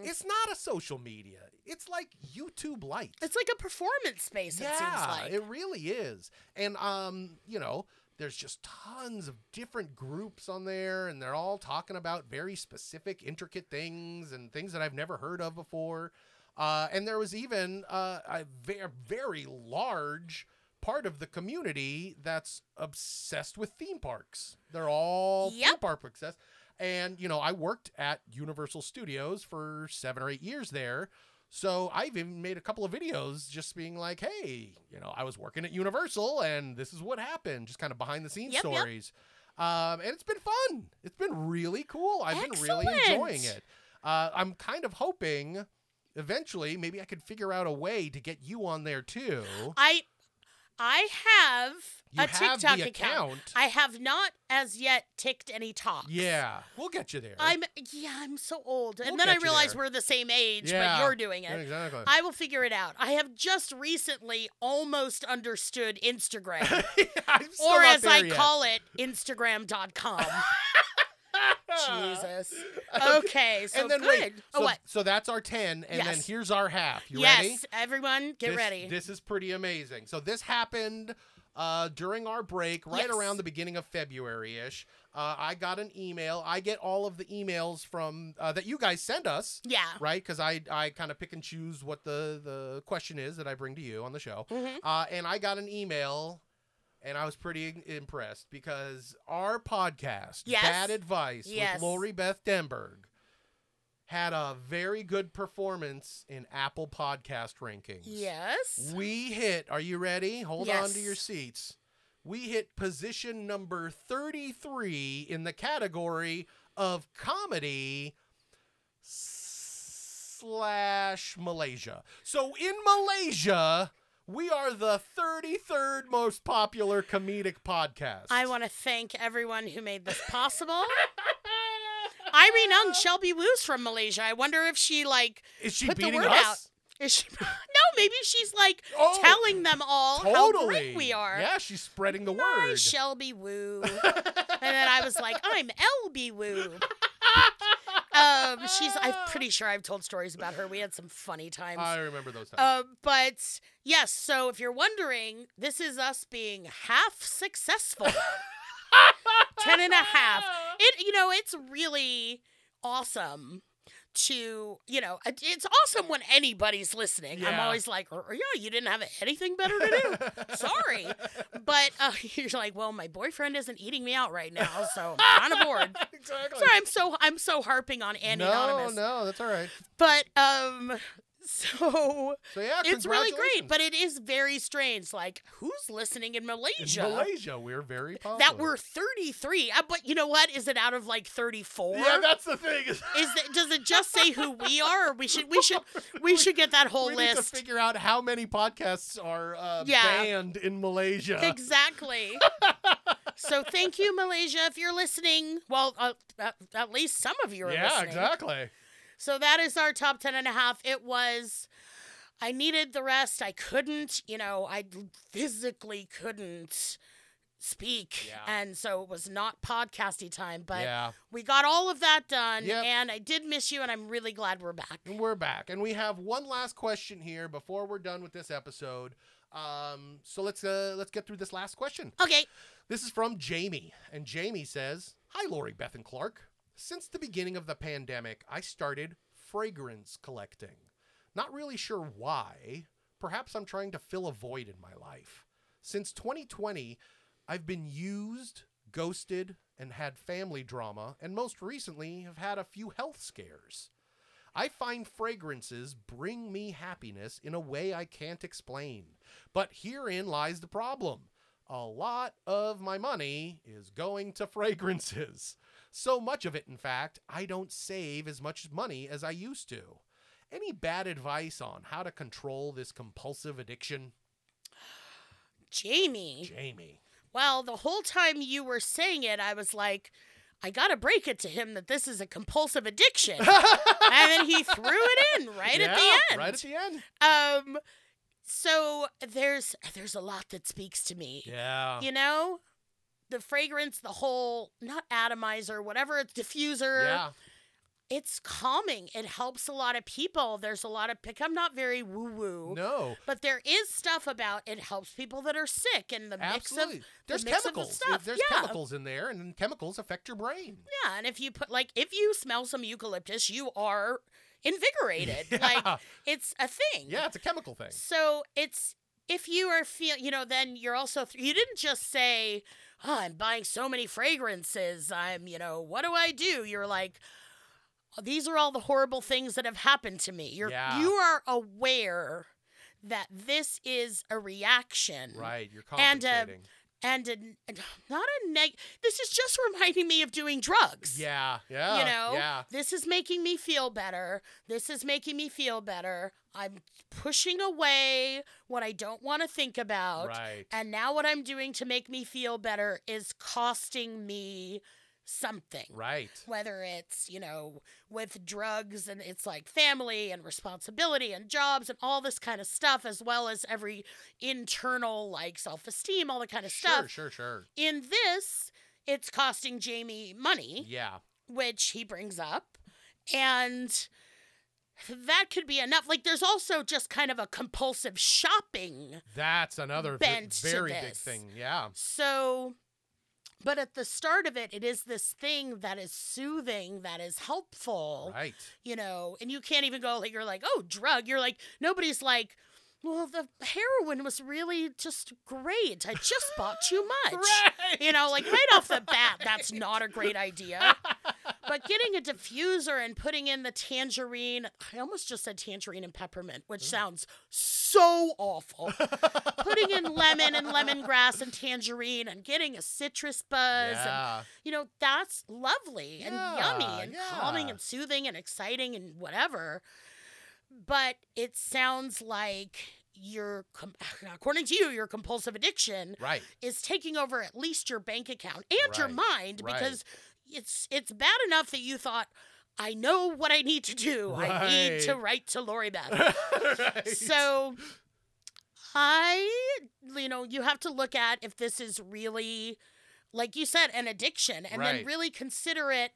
Speaker 1: It's not a social media. It's like YouTube Lite.
Speaker 3: It's like a performance space, it seems like.
Speaker 1: It really is. And um, you know, there's just tons of different groups on there and they're all talking about very specific intricate things and things that I've never heard of before. Uh, and there was even uh, a very, very large part of the community that's obsessed with theme parks. They're all theme
Speaker 3: Yep.
Speaker 1: park obsessed. And you know, I worked at Universal Studios for seven or eight years there, so I've even made a couple of videos just being like, hey, you know, I was working at Universal and this is what happened, just kind of behind the scenes
Speaker 3: Yep, yep.
Speaker 1: stories. Um, and it's been fun. It's been really cool. I've been really
Speaker 3: Excellent.
Speaker 1: enjoying it. Uh, I'm kind of hoping eventually maybe I could figure out a way to get you on there too.
Speaker 3: I I have
Speaker 1: You
Speaker 3: a
Speaker 1: have the
Speaker 3: TikTok
Speaker 1: account.
Speaker 3: I have not as yet ticked any talks.
Speaker 1: Yeah, we'll get you there.
Speaker 3: I'm yeah, I'm so old. And
Speaker 1: We'll
Speaker 3: then I
Speaker 1: get you
Speaker 3: realize
Speaker 1: there.
Speaker 3: we're the same age,
Speaker 1: Yeah,
Speaker 3: but you're doing it.
Speaker 1: exactly.
Speaker 3: I will figure it out. I have just recently almost understood Instagram.
Speaker 1: I'm still
Speaker 3: or
Speaker 1: not
Speaker 3: as I
Speaker 1: there yet.
Speaker 3: call it, Instagram.com. Jesus. Okay, so
Speaker 1: and then
Speaker 3: good.
Speaker 1: wait.
Speaker 3: oh,
Speaker 1: so,
Speaker 3: what?
Speaker 1: so that's our 10 and then
Speaker 3: Yes.
Speaker 1: here's our half. You
Speaker 3: yes,
Speaker 1: ready?
Speaker 3: everyone, get
Speaker 1: this,
Speaker 3: ready.
Speaker 1: This is pretty amazing. So this happened uh, during our break, right
Speaker 3: Yes.
Speaker 1: around the beginning of February ish. Uh, I got an email. I get all of the emails from uh, that you guys send us.
Speaker 3: Yeah.
Speaker 1: Right, because I I kind of pick and choose what the the question is that I bring to you on the show.
Speaker 3: Mm-hmm.
Speaker 1: Uh, and I got an email. And I was pretty impressed because our podcast,
Speaker 3: Yes.
Speaker 1: Bad Advice
Speaker 3: Yes.
Speaker 1: with Lori Beth Denberg, had a very good performance in Apple podcast rankings.
Speaker 3: yes.
Speaker 1: We hit, are you ready? Hold on to your
Speaker 3: Yes.
Speaker 1: seats. We hit position number 33 in the category of comedy slash Malaysia. So in Malaysia, we are the 33rd most popular comedic podcast.
Speaker 3: I want to thank everyone who made this possible. Irene Ung, Shelby Wu's from Malaysia. I wonder if she, like,
Speaker 1: Is she
Speaker 3: put the
Speaker 1: beating
Speaker 3: word
Speaker 1: us?
Speaker 3: out. Is she? no, maybe she's, like,
Speaker 1: Oh,
Speaker 3: telling them all how
Speaker 1: Totally.
Speaker 3: great we are.
Speaker 1: Yeah, she's spreading the
Speaker 3: Hi,
Speaker 1: word.
Speaker 3: Shelby Woo. and then I was like, I'm LB Woo. um, she's, I'm pretty sure I've told stories about her. We had some funny times.
Speaker 1: I remember those times.
Speaker 3: Uh, but yes, so if you're wondering, this is us being half successful. Ten and a half. it you know it's really awesome to you know it- it's awesome when anybody's listening i'm
Speaker 1: Yeah.
Speaker 3: always like "Oh, yeah you didn't have anything better to do sorry but uh, you're like well my boyfriend isn't eating me out right now so i'm kind of bored
Speaker 1: exactly.
Speaker 3: sorry i'm so i'm so harping on Andy anonymous
Speaker 1: no, that's all right.
Speaker 3: but um so
Speaker 1: So yeah,
Speaker 3: it's really great
Speaker 1: congratulations.
Speaker 3: but it is very strange like who's listening in malaysia
Speaker 1: Malaysia, we're very popular.
Speaker 3: that were 33 Uh, but you know what is it out of like 34
Speaker 1: Yeah, that's the thing. Is
Speaker 3: is that does it just say who we are or we should we should we should get that whole
Speaker 1: we need to
Speaker 3: list
Speaker 1: figure out how many podcasts are uh,
Speaker 3: Yeah.
Speaker 1: banned in Malaysia.
Speaker 3: exactly so thank you malaysia if you're listening well uh, at, at least some of you are
Speaker 1: yeah,
Speaker 3: listening
Speaker 1: exactly.
Speaker 3: so that is our top 10 and a half it was i needed the rest i couldn't you know i physically couldn't speak
Speaker 1: Yeah.
Speaker 3: and so it was not podcasty time but
Speaker 1: yeah,
Speaker 3: We got all of that done,
Speaker 1: Yep.
Speaker 3: and I did miss you, and I'm really glad we're back.
Speaker 1: and we're back, and we have one last question here before we're done with this episode. Um, so let's uh, let's get through this last question.
Speaker 3: Okay.
Speaker 1: This is from Jamie, and Jamie says, "Hi, Lori, Beth, and Clark. Since the beginning of the pandemic, I started fragrance collecting. Not really sure why. Perhaps I'm trying to fill a void in my life. Since 2020, I've been used, ghosted, and had family drama, and most recently have had a few health scares." I find fragrances bring me happiness in a way I can't explain. But herein lies the problem. A lot of my money is going to fragrances. So much of it, in fact, I don't save as much money as I used to. Any bad advice on how to control this compulsive addiction?
Speaker 3: Jamie.
Speaker 1: Jamie.
Speaker 3: Well, the whole time you were saying it, I was like, I gotta break it to him that this is a compulsive addiction. and then he threw it in right at
Speaker 1: Yeah,
Speaker 3: the end.
Speaker 1: Right at the end.
Speaker 3: um so there's there's a lot that speaks to me.
Speaker 1: Yeah.
Speaker 3: You know? The fragrance, the whole not atomizer, whatever it's diffuser.
Speaker 1: Yeah.
Speaker 3: It's calming. It helps a lot of people. There's a lot of pick. I'm not very woo woo.
Speaker 1: No.
Speaker 3: But there is stuff about it helps people that are sick and the mix of
Speaker 1: Absolutely. There's
Speaker 3: mix of the
Speaker 1: chemicals.
Speaker 3: stuff,
Speaker 1: There's
Speaker 3: yeah.
Speaker 1: chemicals in there, and then chemicals affect your brain.
Speaker 3: yeah. And if you put like if you smell some eucalyptus, you are invigorated. Like it's a thing.
Speaker 1: Yeah, it's a chemical thing.
Speaker 3: So it's if you are feel you know then you're also you didn't just say oh, I'm buying so many fragrances. I'm you know what do I do? You're like. "Oh, These are all the horrible things that have happened to me. You're
Speaker 1: Yeah.
Speaker 3: you are aware that this is a reaction.
Speaker 1: Right, you're
Speaker 3: And, uh,
Speaker 1: compensating.
Speaker 3: and a, and not a neg. This is just reminding me of doing drugs.
Speaker 1: yeah, yeah,
Speaker 3: You know,
Speaker 1: yeah,
Speaker 3: this is making me feel better. This is making me feel better. I'm pushing away what I don't want to think about.
Speaker 1: right.
Speaker 3: And now, what I'm doing to make me feel better is costing me something.
Speaker 1: Right.
Speaker 3: Whether it's, you know, with drugs and it's like family and responsibility and jobs and all this kind of stuff, as well as every internal like self esteem, all that kind of stuff.
Speaker 1: Sure, sure, sure.
Speaker 3: In this, it's costing Jamie money,
Speaker 1: Yeah.
Speaker 3: which he brings up. And that could be enough. Like, there's also just kind of a compulsive shopping.
Speaker 1: That's another v-
Speaker 3: Bent to
Speaker 1: very big
Speaker 3: this.
Speaker 1: thing. Yeah.
Speaker 3: So, but at the start of it, it is this thing that is soothing, that is helpful,
Speaker 1: Right.
Speaker 3: you know, and you can't even go like, you're like, oh, drug. You're like, nobody's like, well, the heroin was really just great. I just bought too much. You know, like right off the bat, that's not a great idea. But getting a diffuser and putting in the tangerine, I almost just said tangerine and peppermint, which sounds so awful. putting in lemon and lemongrass and tangerine and getting a citrus buzz.
Speaker 1: Yeah.
Speaker 3: And, you know, that's lovely and yummy
Speaker 1: Yeah,
Speaker 3: and calming
Speaker 1: yeah.
Speaker 3: and soothing and exciting and whatever. But it sounds like your, com- according to you, your compulsive addiction
Speaker 1: Right.
Speaker 3: is taking over at least your bank account and your
Speaker 1: Right,
Speaker 3: mind
Speaker 1: right.
Speaker 3: because it's it's bad enough that you thought I know what I need to do. I need to
Speaker 1: Right.
Speaker 3: write to Lori Beth. So I you know, you have to look at if this is really like you said an addiction and
Speaker 1: Right.
Speaker 3: then really consider it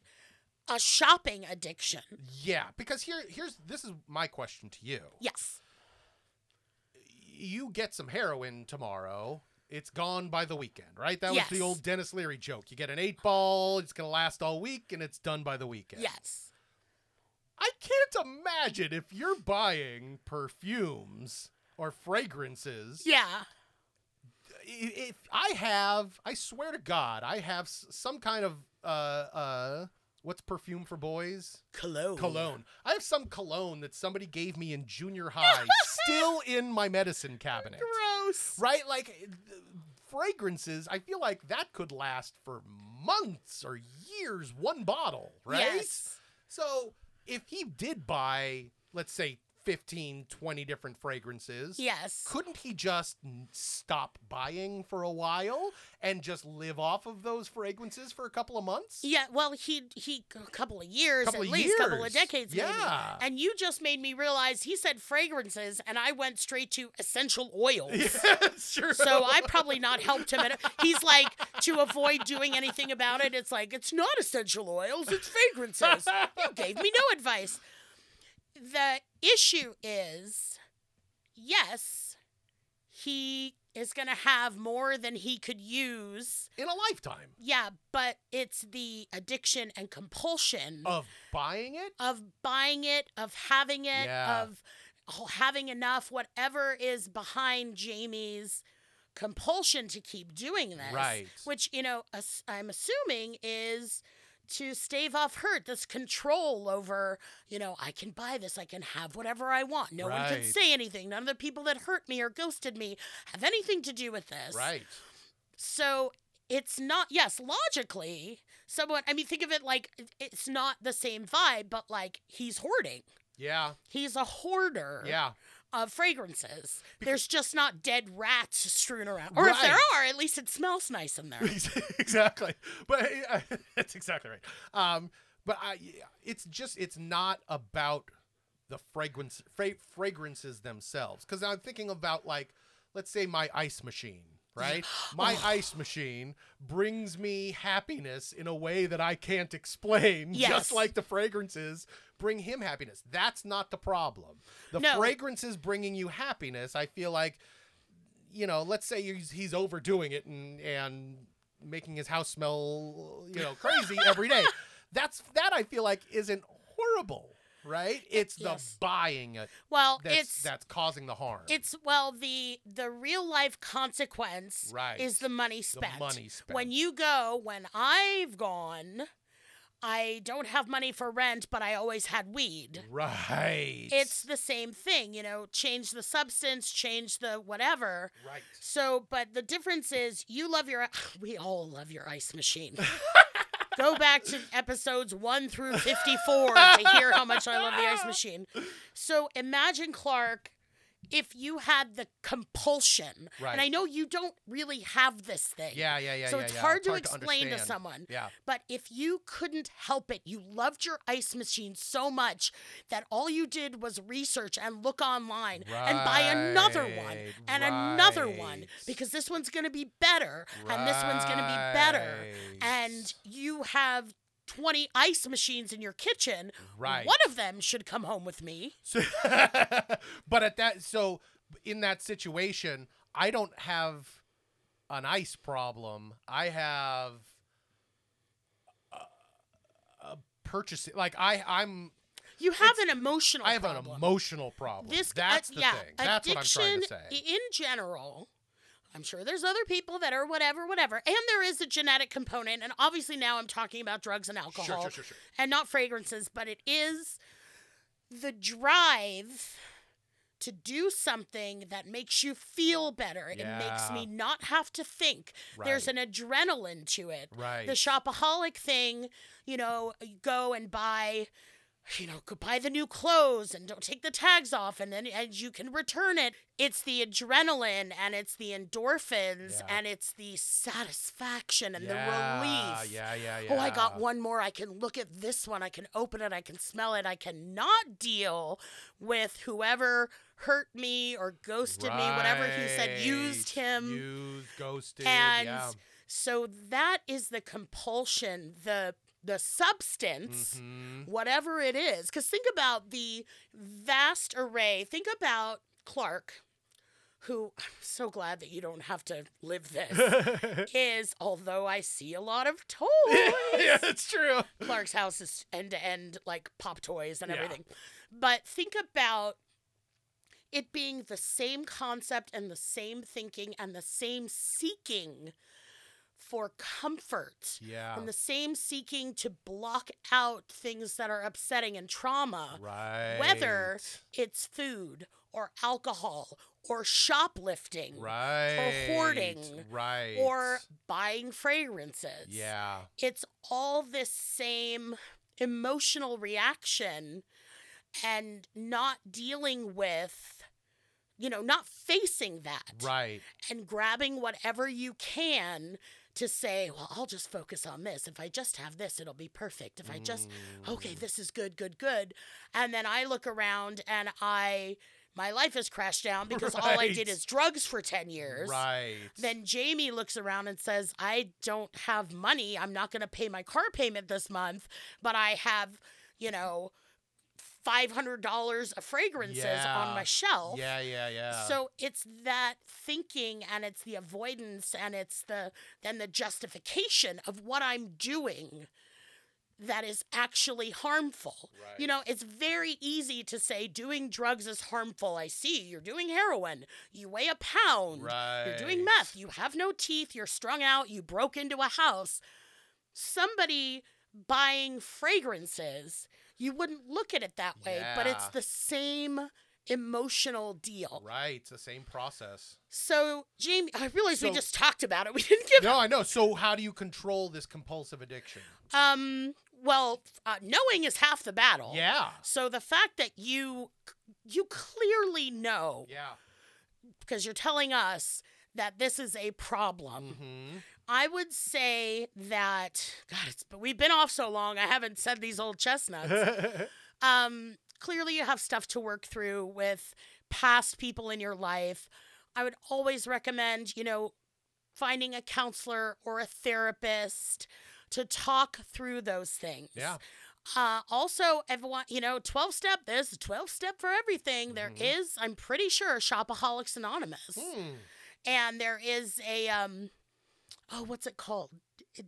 Speaker 3: a shopping addiction.
Speaker 1: Yeah, because here, here's this is my question to you.
Speaker 3: Yes.
Speaker 1: You get some heroin tomorrow. it's gone by the weekend, right? That was
Speaker 3: Yes.
Speaker 1: the old Dennis Leary joke. You get an eight ball, it's going to last all week, and it's done by the weekend.
Speaker 3: Yes.
Speaker 1: I can't imagine if you're buying perfumes or fragrances.
Speaker 3: Yeah.
Speaker 1: i- If I have, I swear to God, I have s- some kind of uh uh what's perfume for boys?
Speaker 3: Cologne.
Speaker 1: Cologne. I have some cologne that somebody gave me in junior high, still in my medicine cabinet.
Speaker 3: Gross.
Speaker 1: Right? Like eh, th- fragrances, I feel like that could last for months or years, one bottle, right?
Speaker 3: Yes.
Speaker 1: So if he did buy, let's say, 15, 20 different fragrances,
Speaker 3: Yes.
Speaker 1: couldn't he just n- stop buying for a while and just live off of those fragrances for a couple of months?
Speaker 3: Yeah, well, he he a couple of years
Speaker 1: Couple
Speaker 3: at
Speaker 1: of
Speaker 3: least, couple
Speaker 1: years.
Speaker 3: of decades maybe.
Speaker 1: Yeah.
Speaker 3: And you just made me realize he said fragrances and I went straight to essential oils.
Speaker 1: Yes, true.
Speaker 3: So I probably not helped him at He's like to avoid doing anything about it. It's like it's not essential oils, it's fragrances. You gave me no advice. The issue is yes, he is going to have more than he could use.
Speaker 1: in a lifetime
Speaker 3: Yeah, but it's the addiction and compulsion
Speaker 1: of buying it.
Speaker 3: of buying it, of having it,
Speaker 1: Yeah.
Speaker 3: of h- having enough, whatever is behind Jamie's compulsion to keep doing this.
Speaker 1: Right.
Speaker 3: Which, you know, as- I'm assuming is to stave off hurt, this control over, you know, I can buy this, I can have whatever I want. No one can
Speaker 1: Right.
Speaker 3: say anything. None of the people that hurt me or ghosted me have anything to do with this.
Speaker 1: Right.
Speaker 3: So it's not, yes, logically, someone, I mean, think of it like it- it's not the same vibe, but like he's hoarding.
Speaker 1: Yeah.
Speaker 3: He's a hoarder
Speaker 1: Yeah.
Speaker 3: of fragrances. There's just not dead rats strewn around. Or if there
Speaker 1: Right.
Speaker 3: are, at least it smells nice in there.
Speaker 1: exactly. But uh, that's exactly right. Um, but I, it's just it's not about the fragrance fra- fragrances themselves because I'm thinking about like let's say my ice machine. Right? My ice machine brings me happiness in a way that I can't explain,
Speaker 3: Yes.
Speaker 1: just like the fragrances bring him happiness. That's not the problem. The
Speaker 3: No.
Speaker 1: fragrances bringing you happiness, I feel like you know, let's say he's, he's overdoing it and and making his house smell, you know, crazy every day. That's that I feel like isn't horrible, right? It's the
Speaker 3: yes.
Speaker 1: buying it
Speaker 3: Well,
Speaker 1: that's
Speaker 3: it's
Speaker 1: that's causing the harm.
Speaker 3: It's well the the real life consequence
Speaker 1: Right.
Speaker 3: is the money spent.
Speaker 1: money
Speaker 3: When
Speaker 1: spent.
Speaker 3: you go, when I've gone, I don't have money for rent, but I always had weed.
Speaker 1: right.
Speaker 3: It's the same thing, you know, change the substance, change the whatever.
Speaker 1: right.
Speaker 3: So, but the difference is you love your we all love your ice machine. Go back to episodes 1 through 54 to hear how much I love the ice machine. So, imagine Clark if you had the compulsion.
Speaker 1: Right.
Speaker 3: And I know you don't really have this thing.
Speaker 1: Yeah, yeah, yeah.
Speaker 3: So
Speaker 1: yeah,
Speaker 3: it's
Speaker 1: yeah.
Speaker 3: hard to explain to
Speaker 1: understand.
Speaker 3: someone.
Speaker 1: Yeah.
Speaker 3: But if you couldn't help it, you loved your ice machine so much that all you did was research and look online and buy another one
Speaker 1: Right,
Speaker 3: and another one
Speaker 1: right.
Speaker 3: because this one's going to be better and this one's going to be better.
Speaker 1: Right.
Speaker 3: And you have 20 ice machines in your kitchen.
Speaker 1: Right.
Speaker 3: One of them should come home with me.
Speaker 1: So, but at that, so in that situation, I don't have an ice problem. I have a, a purchasing. Like I, I'm.
Speaker 3: You have an emotional
Speaker 1: I have
Speaker 3: problem.
Speaker 1: an emotional problem.
Speaker 3: This
Speaker 1: That's
Speaker 3: uh,
Speaker 1: the
Speaker 3: yeah,
Speaker 1: thing. That's what I'm
Speaker 3: addiction
Speaker 1: trying to say.
Speaker 3: i- in general. I'm sure there's other people that are whatever, whatever, and there is a genetic component. And obviously now I'm talking about drugs and alcohol,
Speaker 1: sure, sure.
Speaker 3: and not fragrances, but it is the drive to do something that makes you feel better. It makes
Speaker 1: Yeah.
Speaker 3: me not have to think. There's an
Speaker 1: Right.
Speaker 3: adrenaline to it.
Speaker 1: Right.
Speaker 3: The shopaholic thing, you know, you go and buy you know, go buy the new clothes and don't take the tags off and then and you can return it. It's the adrenaline and it's the endorphins
Speaker 1: Yeah.
Speaker 3: and it's the satisfaction and
Speaker 1: yeah,
Speaker 3: the relief.
Speaker 1: Yeah, yeah, yeah.
Speaker 3: Oh, I got one more. I can look at this one. I can open it. I can smell it. I cannot deal with whoever hurt me or ghosted me, whatever he said, used
Speaker 1: Right.
Speaker 3: him.
Speaker 1: used, ghosted,
Speaker 3: and
Speaker 1: yeah.
Speaker 3: so that is the compulsion, the the substance, whatever it is. Because think about the vast array. Think about Clark, who I'm so glad that you don't have to live this, is although I see a lot of toys.
Speaker 1: yeah, it's true.
Speaker 3: Clark's house is end to end like pop toys and
Speaker 1: Yeah.
Speaker 3: everything. But think about it being the same concept and the same thinking and the same seeking for comfort.
Speaker 1: Yeah.
Speaker 3: And the same seeking to block out things that are upsetting and trauma.
Speaker 1: Right.
Speaker 3: Whether it's food or alcohol or shoplifting
Speaker 1: right
Speaker 3: or hoarding
Speaker 1: right
Speaker 3: or buying fragrances
Speaker 1: yeah
Speaker 3: it's all this same emotional reaction and not dealing with you know not facing that
Speaker 1: right
Speaker 3: and grabbing whatever you can to say well i'll just focus on this if i just have this it'll be perfect if i just
Speaker 1: Mm.
Speaker 3: okay this is good good good and then i look around and i my life has crashed down because all i
Speaker 1: Right.
Speaker 3: did is drugs for 10 years
Speaker 1: right
Speaker 3: then Jamie looks around and says, I don't have money. I'm not going to pay my car payment this month, but I have, you know, $500 of fragrances
Speaker 1: Yeah.
Speaker 3: on my shelf.
Speaker 1: yeah yeah yeah
Speaker 3: So it's that thinking and it's the avoidance and it's the then the justification of what I'm doing that is actually harmful. You know, it's very easy to say doing drugs is harmful. I see you're doing heroin. You weigh a pound. You're doing
Speaker 1: Right.
Speaker 3: meth. You have no teeth. You're strung out. You broke into a house. Somebody buying fragrances, you wouldn't look at it that way, but it's
Speaker 1: Yeah.
Speaker 3: the same emotional deal.
Speaker 1: right it's the same process
Speaker 3: So, Jamie, I realize we
Speaker 1: So-
Speaker 3: just talked about it. We didn't give.
Speaker 1: no i know so how do you control this compulsive addiction
Speaker 3: Um. Well, uh, knowing is half the battle.
Speaker 1: yeah
Speaker 3: Oh, So the fact that you you clearly know
Speaker 1: yeah
Speaker 3: because you're telling us that this is a problem.
Speaker 1: hmm
Speaker 3: I would say that God, it's but we've been off so long. I haven't said these old chestnuts. um, clearly, you have stuff to work through with past people in your life. I would always recommend, you know, finding a counselor or a therapist to talk through those things.
Speaker 1: yeah
Speaker 3: Uh, also, everyone, you know, 12 step, there's a 12 step for everything. There is, I'm pretty sure, Shopaholics Anonymous.
Speaker 1: Hmm.
Speaker 3: And there is a, um, oh, what's it called? It,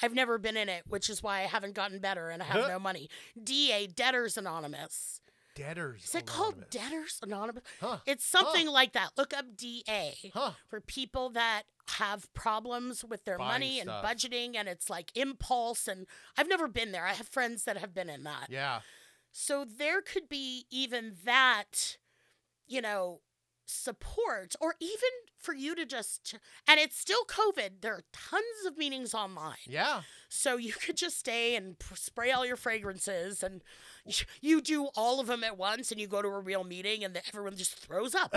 Speaker 3: I've never been in it, which is why I haven't gotten better and I have no money. DA, Debtors Anonymous.
Speaker 1: debtors
Speaker 3: Is it called
Speaker 1: Anonymous.
Speaker 3: Debtors Anonymous?
Speaker 1: Huh.
Speaker 3: It's something like that. Look up DA
Speaker 1: huh
Speaker 3: for people that have problems with their
Speaker 1: Buying
Speaker 3: money
Speaker 1: stuff.
Speaker 3: and budgeting and it's like impulse and I've never been there. I have friends that have been in that.
Speaker 1: yeah
Speaker 3: So there could be even that, you know, support or even for you to just and it's still covid there are tons of meetings online
Speaker 1: yeah
Speaker 3: so you could just stay and p- spray all your fragrances and y- you do all of them at once and you go to a real meeting and everyone just throws up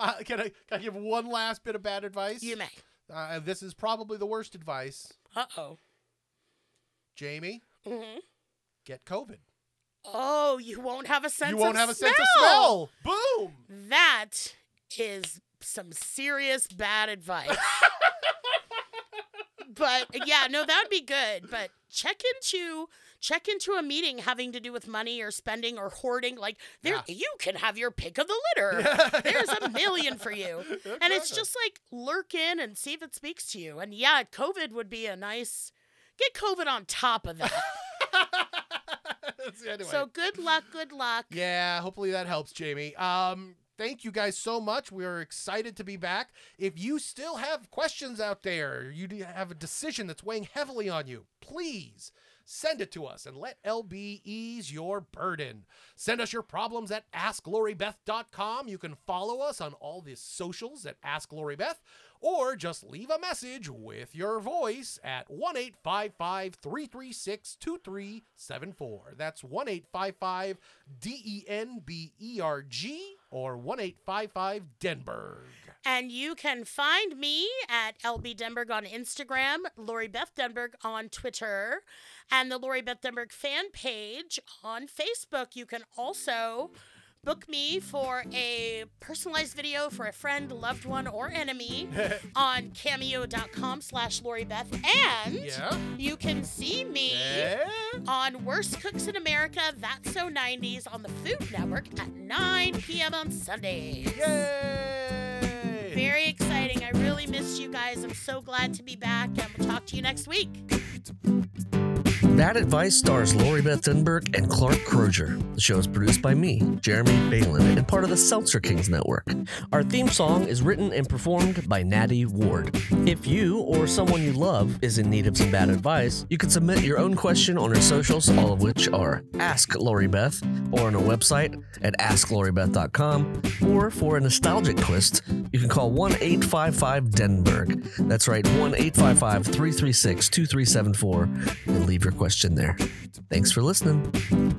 Speaker 1: uh, can i can i give one last bit of bad advice
Speaker 3: you may
Speaker 1: uh, this is probably the worst advice
Speaker 3: uh-oh
Speaker 1: jamie
Speaker 3: hmm
Speaker 1: get covid
Speaker 3: oh you won't have a sense
Speaker 1: you won't
Speaker 3: of
Speaker 1: have a sense of
Speaker 3: smell.
Speaker 1: smell boom
Speaker 3: That is some serious bad advice. but yeah, no, that'd be good. But check into check into a meeting having to do with money or spending or hoarding. Like there,
Speaker 1: Yeah.
Speaker 3: you can have your pick of the litter. There's a million for you, and it's
Speaker 1: Exactly.
Speaker 3: just like lurk in and see if it speaks to you. And yeah, COVID would be a nice get COVID on top of that.
Speaker 1: anyway.
Speaker 3: So good luck, good luck.
Speaker 1: Yeah, hopefully that helps, Jamie. Um, thank you guys so much. We're excited to be back. If you still have questions out there, you do have a decision that's weighing heavily on you, please send it to us and let LB ease your burden. Send us your problems at AskLoriBeth.com. You can follow us on all the socials at AskLoriBeth or just leave a message with your voice at 1 855 336 2374. That's 1 855 D E N B E R G or 1 855 Denberg.
Speaker 3: And you can find me at LB Denberg on Instagram, Lori Beth Denberg on Twitter, and the Lori Beth Denberg fan page on Facebook. You can also book me for a personalized video for a friend, loved one, or enemy on cameo.com slash Lori Beth. And
Speaker 1: Yeah.
Speaker 3: you can see me on Worst Cooks in America, That's So 90s on the Food Network at 9 p.m. on Sundays.
Speaker 1: Yay!
Speaker 3: Very exciting. I really missed you guys. I'm so glad to be back, and we'll talk to you next week.
Speaker 5: That Advice stars Lori Beth Denberg and Clark Crozier. The show is produced by me, Jeremy Balin, and part of the Seltzer Kings Network. Our theme song is written and performed by Natty Ward. If you or someone you love is in need of some bad advice, you can submit your own question on our socials, all of which are Ask Lori Beth, or on our website at AskLoriBeth.com, or for a nostalgic twist, you can call 1 855 Denberg. That's right, 1 855 336 2374, and leave your question there. Thanks for listening.